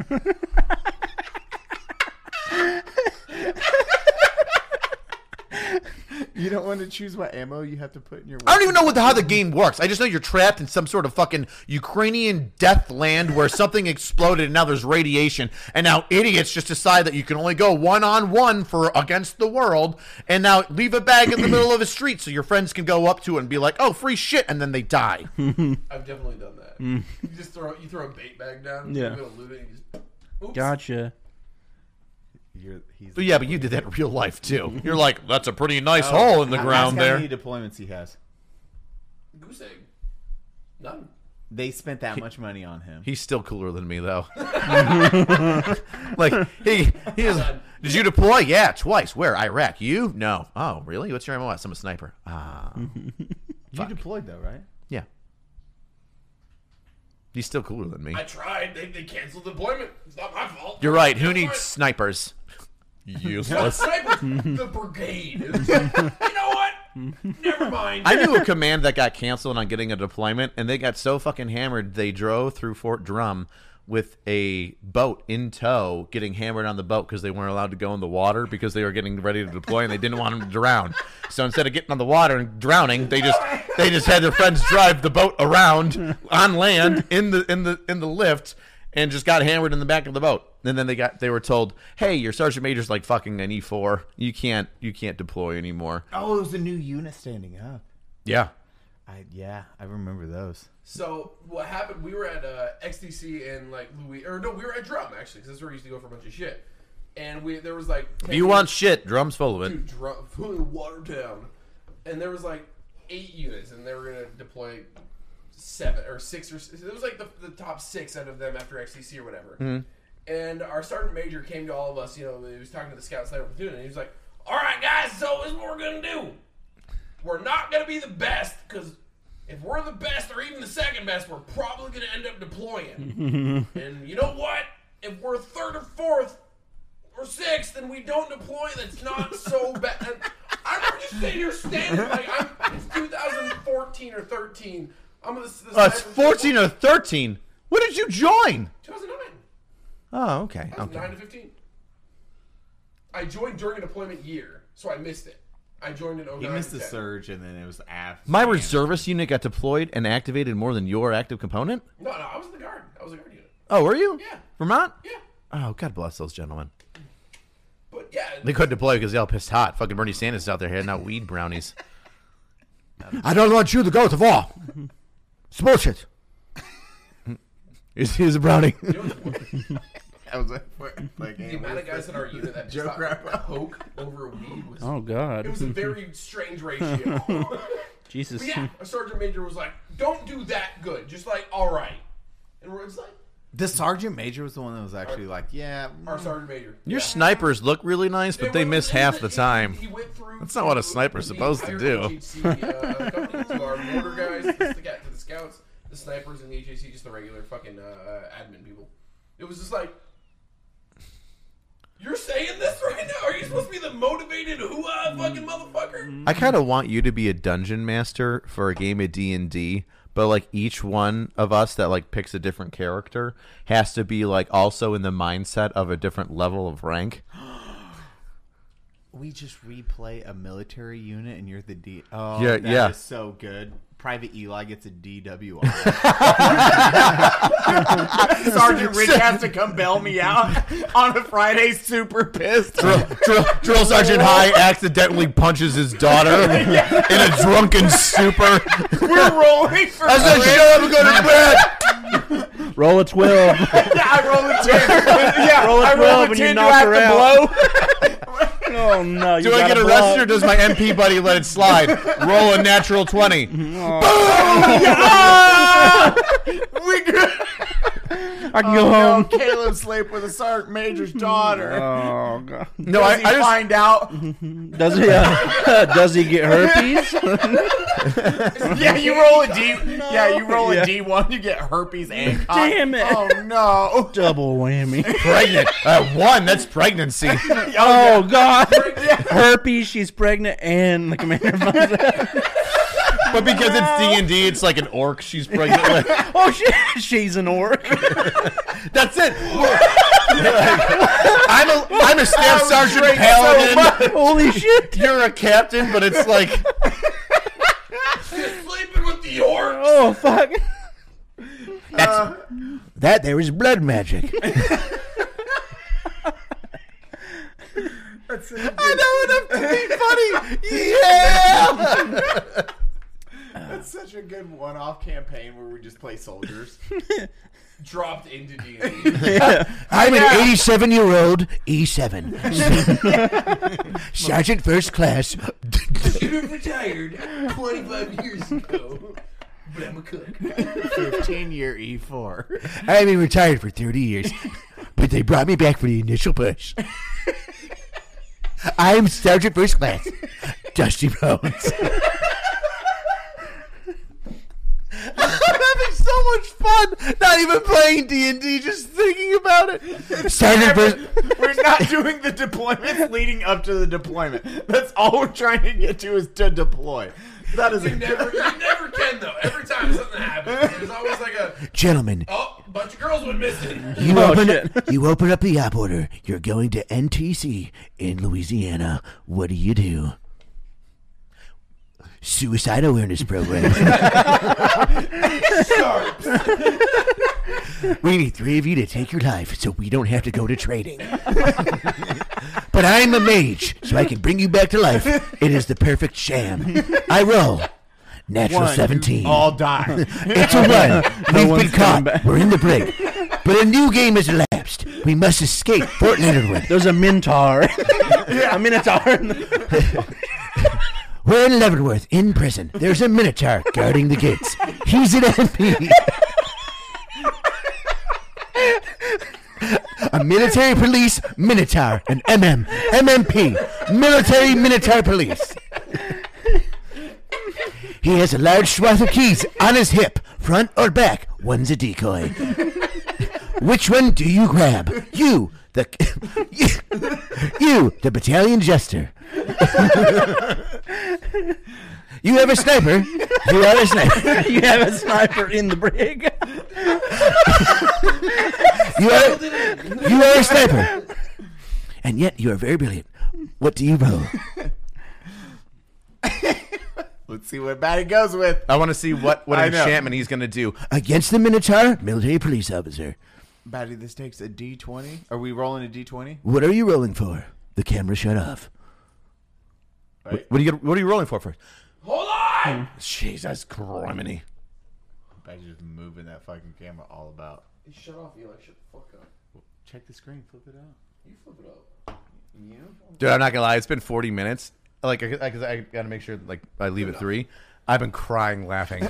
[SPEAKER 1] You don't want to choose what ammo you have to put in your.
[SPEAKER 3] I don't even know what the, how the game works. I just know you're trapped in some sort of fucking Ukrainian death land where something exploded and now there's radiation. And now idiots just decide that you can only go one on one for against the world. And now leave a bag in the middle of a street so your friends can go up to it and be like, "Oh, free shit," and then they die.
[SPEAKER 2] I've definitely done that.
[SPEAKER 3] Mm.
[SPEAKER 2] You just throw you throw a bait bag down.
[SPEAKER 4] Yeah.
[SPEAKER 2] You go to loot it. And you just, oops.
[SPEAKER 4] Gotcha.
[SPEAKER 1] You're, he's,
[SPEAKER 3] But yeah, but you did that in real life too. You're like, "That's a pretty nice hole in the
[SPEAKER 1] Ask
[SPEAKER 3] ground
[SPEAKER 1] how
[SPEAKER 3] there."
[SPEAKER 1] many deployments he has.
[SPEAKER 2] Goose egg. None.
[SPEAKER 1] They spent that much money on him.
[SPEAKER 3] He's still cooler than me though. like he he is. Did you deploy? Yeah, twice. Where? Iraq. You? No. Oh, really? What's your MOS? I'm a sniper. Ah,
[SPEAKER 1] you deployed though, right?
[SPEAKER 3] yeah. He's still cooler than me.
[SPEAKER 2] I tried. They, they canceled the deployment. It's not my fault.
[SPEAKER 3] You're right. Who
[SPEAKER 2] That's
[SPEAKER 3] needs
[SPEAKER 2] right.
[SPEAKER 3] snipers? Useless.
[SPEAKER 2] Sniper, the brigade. you know what? Never mind.
[SPEAKER 3] I knew a command that got canceled on getting a deployment, and they got so fucking hammered they drove through Fort Drum with a boat in tow, getting hammered on the boat because they weren't allowed to go in the water because they were getting ready to deploy and they didn't want them to drown. So instead of getting on the water and drowning, they just they just had their friends drive the boat around on land in the in the in the lift and just got hammered in the back of the boat. And then they got they were told, "Hey, your sergeant major's like fucking an E four. You can't you can't deploy anymore."
[SPEAKER 1] Oh, it was a new unit standing up.
[SPEAKER 3] Yeah,
[SPEAKER 1] I yeah, I remember those.
[SPEAKER 2] So what happened? We were at uh, XDC and like Louis, or no, we were at Drum actually, because that's where we used to go for a bunch of shit. And we there was like
[SPEAKER 3] if you want shit, drums full of it.
[SPEAKER 2] dude, Drum Watertown, and there was like eight units, and they were gonna deploy seven or six or s- it was like the, the top six out of them after XDC or whatever.
[SPEAKER 3] Mm-hmm.
[SPEAKER 2] And our sergeant major came to all of us. You know, he was talking to the scouts that were doing it. And he was like, "All right, guys, so this is what we're gonna do. We're not gonna be the best because." If we're the best or even the second best, we're probably going to end up deploying. and you know what? If we're third or fourth or sixth and we don't deploy, that's not so bad. And I remember just sitting here standing like I'm, it's 2014 or 13. I'm this. this
[SPEAKER 3] Uh, it's fourteen or thirteen. When did you join?
[SPEAKER 2] 2009.
[SPEAKER 3] Oh, okay,
[SPEAKER 2] I was
[SPEAKER 3] okay.
[SPEAKER 2] nine to 15. I joined during a deployment year, so I missed it. I joined in 09.
[SPEAKER 1] He missed the
[SPEAKER 2] 10.
[SPEAKER 1] surge, and then it was after.
[SPEAKER 3] My reservist unit got deployed and activated more than your active component.
[SPEAKER 2] No, no, I was in the guard. I was a guard unit.
[SPEAKER 3] Oh, were you?
[SPEAKER 2] Yeah.
[SPEAKER 3] Vermont.
[SPEAKER 2] Yeah,
[SPEAKER 3] Oh, God bless those gentlemen.
[SPEAKER 2] but yeah,
[SPEAKER 3] They couldn't deploy because they all pissed hot. Fucking Bernie Sanders is out there handing out weed brownies.
[SPEAKER 5] I don't want you to go to war. It's bullshit.
[SPEAKER 3] Here's, here's a brownie.
[SPEAKER 1] I was like, what- like
[SPEAKER 2] the amount of guys in our unit that
[SPEAKER 1] Joke
[SPEAKER 2] just
[SPEAKER 1] wrap
[SPEAKER 2] thought coke over weed was.
[SPEAKER 4] Oh God,
[SPEAKER 2] It was a very strange ratio.
[SPEAKER 4] Jesus!
[SPEAKER 2] But yeah, a sergeant major was like, "Don't do that good." Just like, "All right," and we're just like,
[SPEAKER 1] the sergeant major was the one that was actually like, yeah,
[SPEAKER 2] "Our sergeant major."
[SPEAKER 3] Your snipers look really nice, but they
[SPEAKER 2] went-
[SPEAKER 3] miss
[SPEAKER 2] he-
[SPEAKER 3] half
[SPEAKER 2] he-
[SPEAKER 3] the
[SPEAKER 2] he-
[SPEAKER 3] time.
[SPEAKER 2] he went through
[SPEAKER 3] That's not what
[SPEAKER 2] to
[SPEAKER 3] a sniper's
[SPEAKER 2] the
[SPEAKER 3] supposed to
[SPEAKER 2] entire
[SPEAKER 3] do.
[SPEAKER 2] HHC, uh, company, to our mortar guys, to the, guy- to the scouts, the snipers, and the HAC, just the regular fucking uh, uh, admin people. It was just like. You're saying this right now? Are you supposed to be the motivated hoo-ah fucking motherfucker?
[SPEAKER 3] I kind of want you to be a dungeon master for a game of D and D, but like each one of us that like picks a different character has to be like also in the mindset of a different level of rank.
[SPEAKER 1] we just replay a military unit, and you're the D. Oh,
[SPEAKER 3] Yeah,
[SPEAKER 1] that
[SPEAKER 3] yeah.
[SPEAKER 1] is so good. Private Eli gets a DWI. Sergeant Rick has to come bail me out on a Friday. Super pissed.
[SPEAKER 3] Drill, drill, drill sergeant High accidentally punches his daughter in a drunken stupor.
[SPEAKER 1] We're rolling for.
[SPEAKER 3] I said, "Shut up and go to bed."
[SPEAKER 4] Roll a twelve.
[SPEAKER 1] Yeah, I roll a ten. yeah,
[SPEAKER 4] Roll a
[SPEAKER 1] I roll
[SPEAKER 4] 12
[SPEAKER 1] a
[SPEAKER 4] and you
[SPEAKER 1] ten. You
[SPEAKER 4] knock
[SPEAKER 1] have
[SPEAKER 4] her
[SPEAKER 1] to
[SPEAKER 4] out.
[SPEAKER 1] blow.
[SPEAKER 4] oh no! You
[SPEAKER 3] Do I
[SPEAKER 4] gotta blow.
[SPEAKER 3] get arrested or does my MP buddy let it slide? Roll a natural 20.
[SPEAKER 1] We good.
[SPEAKER 4] I can go
[SPEAKER 1] No,
[SPEAKER 4] home.
[SPEAKER 1] Caleb slept with a sergeant major's daughter.
[SPEAKER 4] Oh God!
[SPEAKER 3] Um, No, I,
[SPEAKER 1] Does
[SPEAKER 3] I
[SPEAKER 1] he
[SPEAKER 3] just.
[SPEAKER 1] find out?
[SPEAKER 4] Does he? Uh, does he get herpes?
[SPEAKER 1] Yeah, you roll a D. Yeah, you roll a
[SPEAKER 4] Yeah.
[SPEAKER 1] one. You get herpes and cock.
[SPEAKER 4] Damn it.
[SPEAKER 1] Oh no!
[SPEAKER 4] Double whammy!
[SPEAKER 3] Pregnant. Uh, one, that's pregnancy.
[SPEAKER 4] Oh God! Herpes. She's pregnant, and the commander finds out.
[SPEAKER 3] But because it's D&D, it's like an orc she's pregnant with.
[SPEAKER 4] Oh shit! She's an orc.
[SPEAKER 3] That's it. I'm a, I'm a staff sergeant paladin.
[SPEAKER 4] Holy shit!
[SPEAKER 3] You're a captain, but it's like,
[SPEAKER 2] Sleeping with the orcs.
[SPEAKER 4] Oh fuck!
[SPEAKER 5] That there is blood magic.
[SPEAKER 3] I know enough to be funny. Yeah.
[SPEAKER 1] That's such a good one-off campaign where we just play soldiers.
[SPEAKER 2] Dropped into D&D.
[SPEAKER 5] I'm an 87 year old E7. Sergeant First Class.
[SPEAKER 2] Should have retired 25 years ago, but I'm a cook.
[SPEAKER 1] Fifteen-year E four.
[SPEAKER 5] I've been retired for 30 years, but they brought me back for the initial push. I'm Sergeant First Class, Dusty Bones.
[SPEAKER 3] I'm having so much fun. Not even playing D&D, just thinking about it.
[SPEAKER 5] Sergeant First.
[SPEAKER 1] We're not doing the deployments leading up to the deployment. That's all we're trying to get to is to deploy. That is a
[SPEAKER 2] You never, you never can though. Every time something happens, there's always like a
[SPEAKER 5] Gentlemen,
[SPEAKER 2] oh, bunch of girls went missing.
[SPEAKER 5] you,
[SPEAKER 4] Oh,
[SPEAKER 5] open
[SPEAKER 4] shit.
[SPEAKER 5] up, you open up the op order. You're going to NTC in Louisiana. What do you do? Suicide awareness program.
[SPEAKER 2] Sharps.
[SPEAKER 5] We need three of you to take your life so we don't have to go to training. but I'm a mage, so I can bring you back to life. It is the perfect sham. I roll. Natural 17.
[SPEAKER 7] You all die.
[SPEAKER 5] It's a one. We've
[SPEAKER 4] one's
[SPEAKER 5] been caught.
[SPEAKER 4] coming back.
[SPEAKER 5] We're in the break. But a new game has elapsed. We must escape Fort Leonard Wood.
[SPEAKER 4] There's a Minotaur. A Minotaur. in the-
[SPEAKER 5] We're in Leavenworth, in prison. There's a Minotaur guarding the gates. He's an MP. a military police Minotaur, an MM, MMP, military Minotaur police. He has a large swath of keys on his hip, front or back. One's a decoy. Which one do you grab? You, the you, the battalion jester. You have a sniper. You have a sniper.
[SPEAKER 4] you have a sniper in the brig.
[SPEAKER 5] You are, you are a sniper. And yet you are very brilliant. What do you roll?
[SPEAKER 7] Let's see what bat it goes with.
[SPEAKER 3] I want to see what what
[SPEAKER 7] I know.
[SPEAKER 3] enchantment he's gonna do.
[SPEAKER 5] Against the Minotaur, military police officer.
[SPEAKER 7] Batty, this takes a D twenty. Are we rolling a D twenty?
[SPEAKER 5] What are you rolling for? The camera shut off.
[SPEAKER 3] What are you What are you rolling for first?
[SPEAKER 2] Hold on!
[SPEAKER 3] Jesus criminy!
[SPEAKER 7] Batty's just moving that fucking camera all about.
[SPEAKER 2] Shut off, Eli. Shut the fuck up.
[SPEAKER 7] Check the screen. Flip it out.
[SPEAKER 2] You flip it up.
[SPEAKER 3] Dude, I'm not gonna lie. It's been 40 minutes. Like, I, I, 'cause I gotta make sure like I leave at three. I've been crying laughing.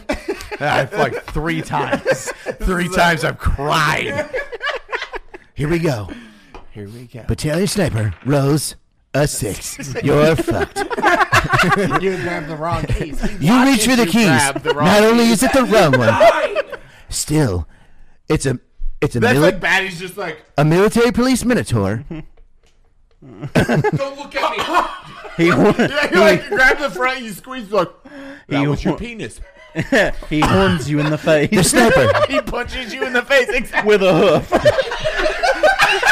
[SPEAKER 3] I've like three times. Three times I've cried.
[SPEAKER 5] Here we go.
[SPEAKER 7] Here we go.
[SPEAKER 5] Battalion sniper rolls a six. You're fucked.
[SPEAKER 7] you grabbed the wrong keys.
[SPEAKER 5] You reach for the keys. Not only is it the wrong one, still, it's a it's a,
[SPEAKER 7] That's
[SPEAKER 5] mili-
[SPEAKER 7] like Batty's just like
[SPEAKER 5] a military police Minotaur.
[SPEAKER 2] Don't look at me.
[SPEAKER 4] He horns,
[SPEAKER 7] yeah, you like you grab the front, you squeeze like that
[SPEAKER 4] You
[SPEAKER 7] was your
[SPEAKER 4] wa-
[SPEAKER 7] penis.
[SPEAKER 4] he horns you in the
[SPEAKER 5] The
[SPEAKER 4] face
[SPEAKER 5] sniper.
[SPEAKER 7] he punches you in the face. Exactly.
[SPEAKER 4] with a hoof.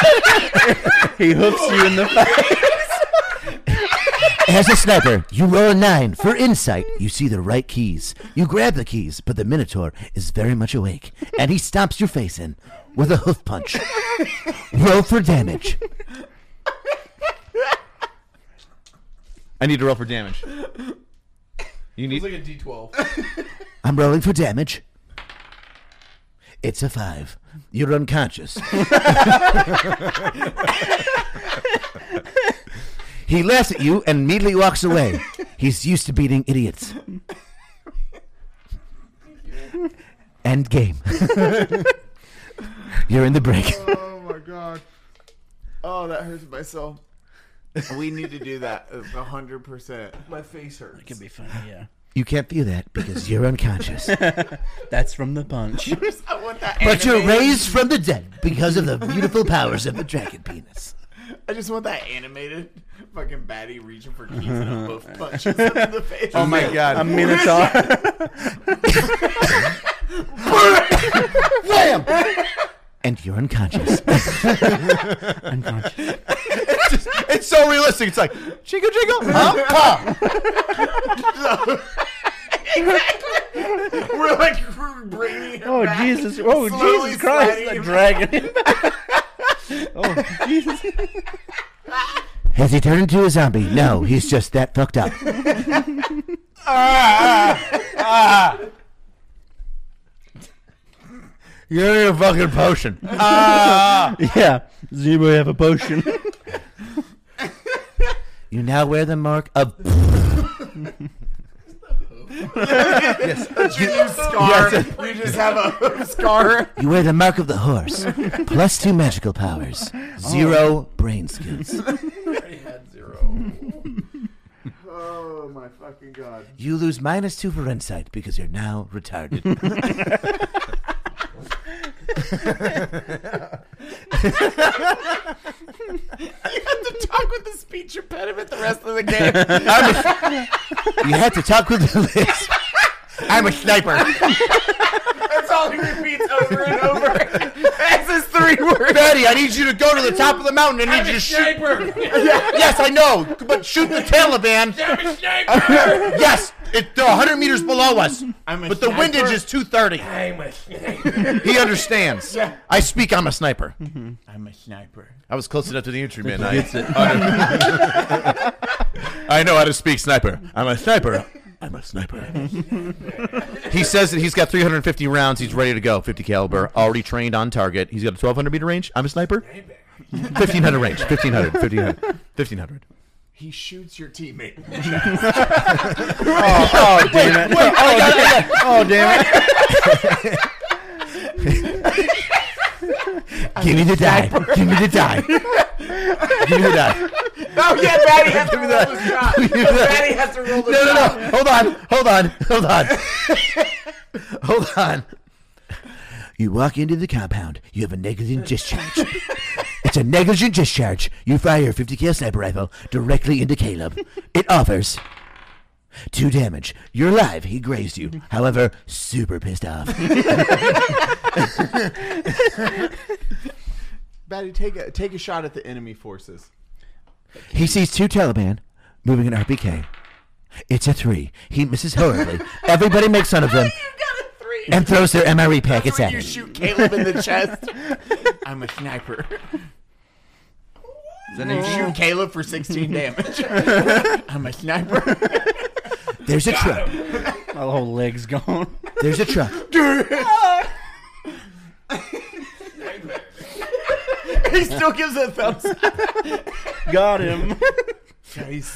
[SPEAKER 4] he hoofs you in the face.
[SPEAKER 5] As a sniper, you roll a nine for insight. You see the right keys. You grab the keys, but the Minotaur is very much awake, and he stomps your face in with a hoof punch. roll for damage.
[SPEAKER 3] I need to roll for damage. You
[SPEAKER 2] It's
[SPEAKER 3] need.
[SPEAKER 2] like a D12.
[SPEAKER 5] I'm rolling for damage. It's a five. You're unconscious. he laughs at you and immediately walks away. He's used to beating idiots. End game. You're in the break.
[SPEAKER 7] Oh my god. Oh, that hurts myself. We need to do that hundred percent.
[SPEAKER 2] My face hurts.
[SPEAKER 4] Could be funny, yeah.
[SPEAKER 5] You can't feel that because you're unconscious.
[SPEAKER 4] That's from the punch.
[SPEAKER 7] I want that.
[SPEAKER 5] But you're
[SPEAKER 7] animated-
[SPEAKER 5] raised from the dead because of the beautiful powers of the dragon penis.
[SPEAKER 7] I just want that animated fucking batty reaching for keys and a hoof punches him in the face.
[SPEAKER 3] Oh my god!
[SPEAKER 4] A Minotaur.
[SPEAKER 5] Wham! And you're unconscious.
[SPEAKER 4] Unconscious.
[SPEAKER 3] It's so realistic. It's like jiggle, jiggle. Huh?
[SPEAKER 7] We're like bringing him
[SPEAKER 4] Oh
[SPEAKER 7] back.
[SPEAKER 4] Jesus! Oh
[SPEAKER 7] Slowly
[SPEAKER 4] Jesus Christ!
[SPEAKER 7] sliding
[SPEAKER 4] The
[SPEAKER 7] him
[SPEAKER 4] dragon. him back. oh Jesus!
[SPEAKER 5] Has he turned into a zombie? No, he's just that fucked up.
[SPEAKER 3] You need a fucking potion.
[SPEAKER 4] Yeah. Does anybody have a potion?
[SPEAKER 5] You now wear the mark of.
[SPEAKER 7] scar. You just have a hoof scar.
[SPEAKER 5] You wear the mark of the horse. Plus two magical powers. Zero brain skills.
[SPEAKER 2] I had zero.
[SPEAKER 7] Oh my fucking god.
[SPEAKER 5] You lose minus two for insight because you're now retarded.
[SPEAKER 7] You have to talk with the speech impediment the rest of the game.
[SPEAKER 5] you have to talk with the list.
[SPEAKER 3] I'm a sniper.
[SPEAKER 7] That's all he repeats over and over. That's his three words.
[SPEAKER 3] Betty, I need you to go to the top of the mountain. I need you to shoot.
[SPEAKER 2] Sniper!
[SPEAKER 3] Yes, I know, but shoot the Taliban.
[SPEAKER 2] Damn it, sniper!
[SPEAKER 3] Yes, It, they're 100 meters below us,
[SPEAKER 1] I'm a
[SPEAKER 3] but the windage
[SPEAKER 1] sniper.
[SPEAKER 3] is 230.
[SPEAKER 2] I'm a
[SPEAKER 3] He understands. I speak. I'm a sniper.
[SPEAKER 1] I'm a sniper.
[SPEAKER 3] I was close enough to the infantryman. I, I- I know how to speak sniper. I'm a sniper. I'm a sniper. he says that he's got 350 rounds. He's ready to go. 50 caliber, already trained on target. He's got a 1200 meter range. I'm a sniper. 1500 range. 1500. 1500. 1500.
[SPEAKER 1] He shoots your teammate.
[SPEAKER 4] Oh damn it!
[SPEAKER 3] oh, damn it.
[SPEAKER 4] Oh damn it!
[SPEAKER 3] Give me the die. Give me the die. Give me the die.
[SPEAKER 2] Oh yeah, Maddie has to
[SPEAKER 3] me
[SPEAKER 2] roll
[SPEAKER 3] that.
[SPEAKER 2] the shot.
[SPEAKER 3] Give me that.
[SPEAKER 2] Maddie has to roll the
[SPEAKER 3] No, no,
[SPEAKER 2] shot.
[SPEAKER 3] no. Hold on. Hold on. Hold on. hold on.
[SPEAKER 5] You walk into the compound. You have a negligent discharge. it's a negligent discharge. You fire your 50 cal sniper rifle directly into Caleb. It offers two damage. You're alive. He grazed you. However, super pissed off.
[SPEAKER 1] Batty, take a take a shot at the enemy forces.
[SPEAKER 5] He sees two Taliban moving an RPK. It's a three. He misses horribly. Everybody makes fun of them
[SPEAKER 2] You got a three.
[SPEAKER 5] and throws their MRE packets at
[SPEAKER 2] you
[SPEAKER 5] him.
[SPEAKER 2] shoot
[SPEAKER 1] Caleb in the chest. I'm a sniper. Then you shoot Caleb for 16 damage. I'm a sniper.
[SPEAKER 5] There's a truck.
[SPEAKER 4] My whole leg's gone.
[SPEAKER 5] There's a truck.
[SPEAKER 1] he still gives a thumbs up.
[SPEAKER 4] Got him.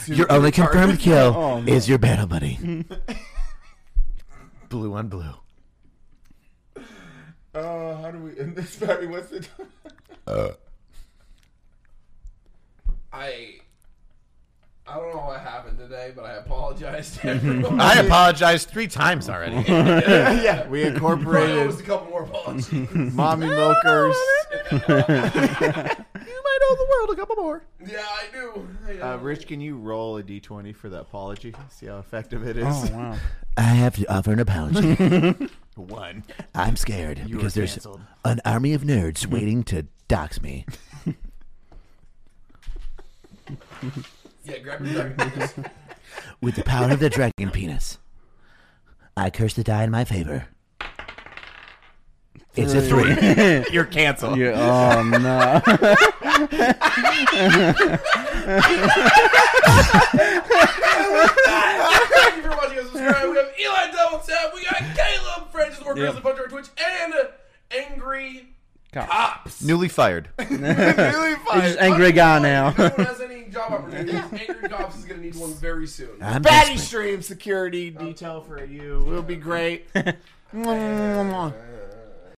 [SPEAKER 5] Your only confirmed kill
[SPEAKER 1] Oh,
[SPEAKER 5] is your battle buddy.
[SPEAKER 3] Blue on blue.
[SPEAKER 1] Uh, how do we end this, Batty? What's the
[SPEAKER 2] Uh, I I don't know what happened today, but I apologize to everyone.
[SPEAKER 3] I apologized three times already.
[SPEAKER 1] Yeah, we
[SPEAKER 2] Probably
[SPEAKER 1] incorporated
[SPEAKER 2] was a couple more apologies.
[SPEAKER 1] mommy milkers,
[SPEAKER 8] Oh, You might owe the world a couple more.
[SPEAKER 2] yeah, I do. I know.
[SPEAKER 1] Uh, Rich, can you roll a d20 for the apology? See how effective it is.
[SPEAKER 4] Oh wow!
[SPEAKER 5] I have to offer an apology.
[SPEAKER 1] One.
[SPEAKER 5] I'm scared
[SPEAKER 1] You
[SPEAKER 5] because
[SPEAKER 1] were
[SPEAKER 5] there's
[SPEAKER 1] canceled.
[SPEAKER 5] an army of nerds waiting to dox me.
[SPEAKER 2] yeah, grab your darkness.
[SPEAKER 5] With the power of the dragon penis, I curse the die in my favor. It's a three.
[SPEAKER 1] You're canceled.
[SPEAKER 4] Yeah. Oh no!
[SPEAKER 2] Thank you for watching us subscribe. We have Eli Double Tap. We got Caleb, Francis Workers,
[SPEAKER 4] Yep.
[SPEAKER 2] a bunch of our Twitch, and Angry
[SPEAKER 4] Cops.
[SPEAKER 2] Cops.
[SPEAKER 3] Newly fired.
[SPEAKER 1] really
[SPEAKER 4] He's
[SPEAKER 1] fun.
[SPEAKER 4] just angry guy now.
[SPEAKER 2] If anyone has any job opportunities, Angry Cops is going to need one very soon.
[SPEAKER 5] I'm
[SPEAKER 1] Batty
[SPEAKER 5] desperate.
[SPEAKER 1] stream security detail for you. It'll be great. Mwah, mwah, mwah.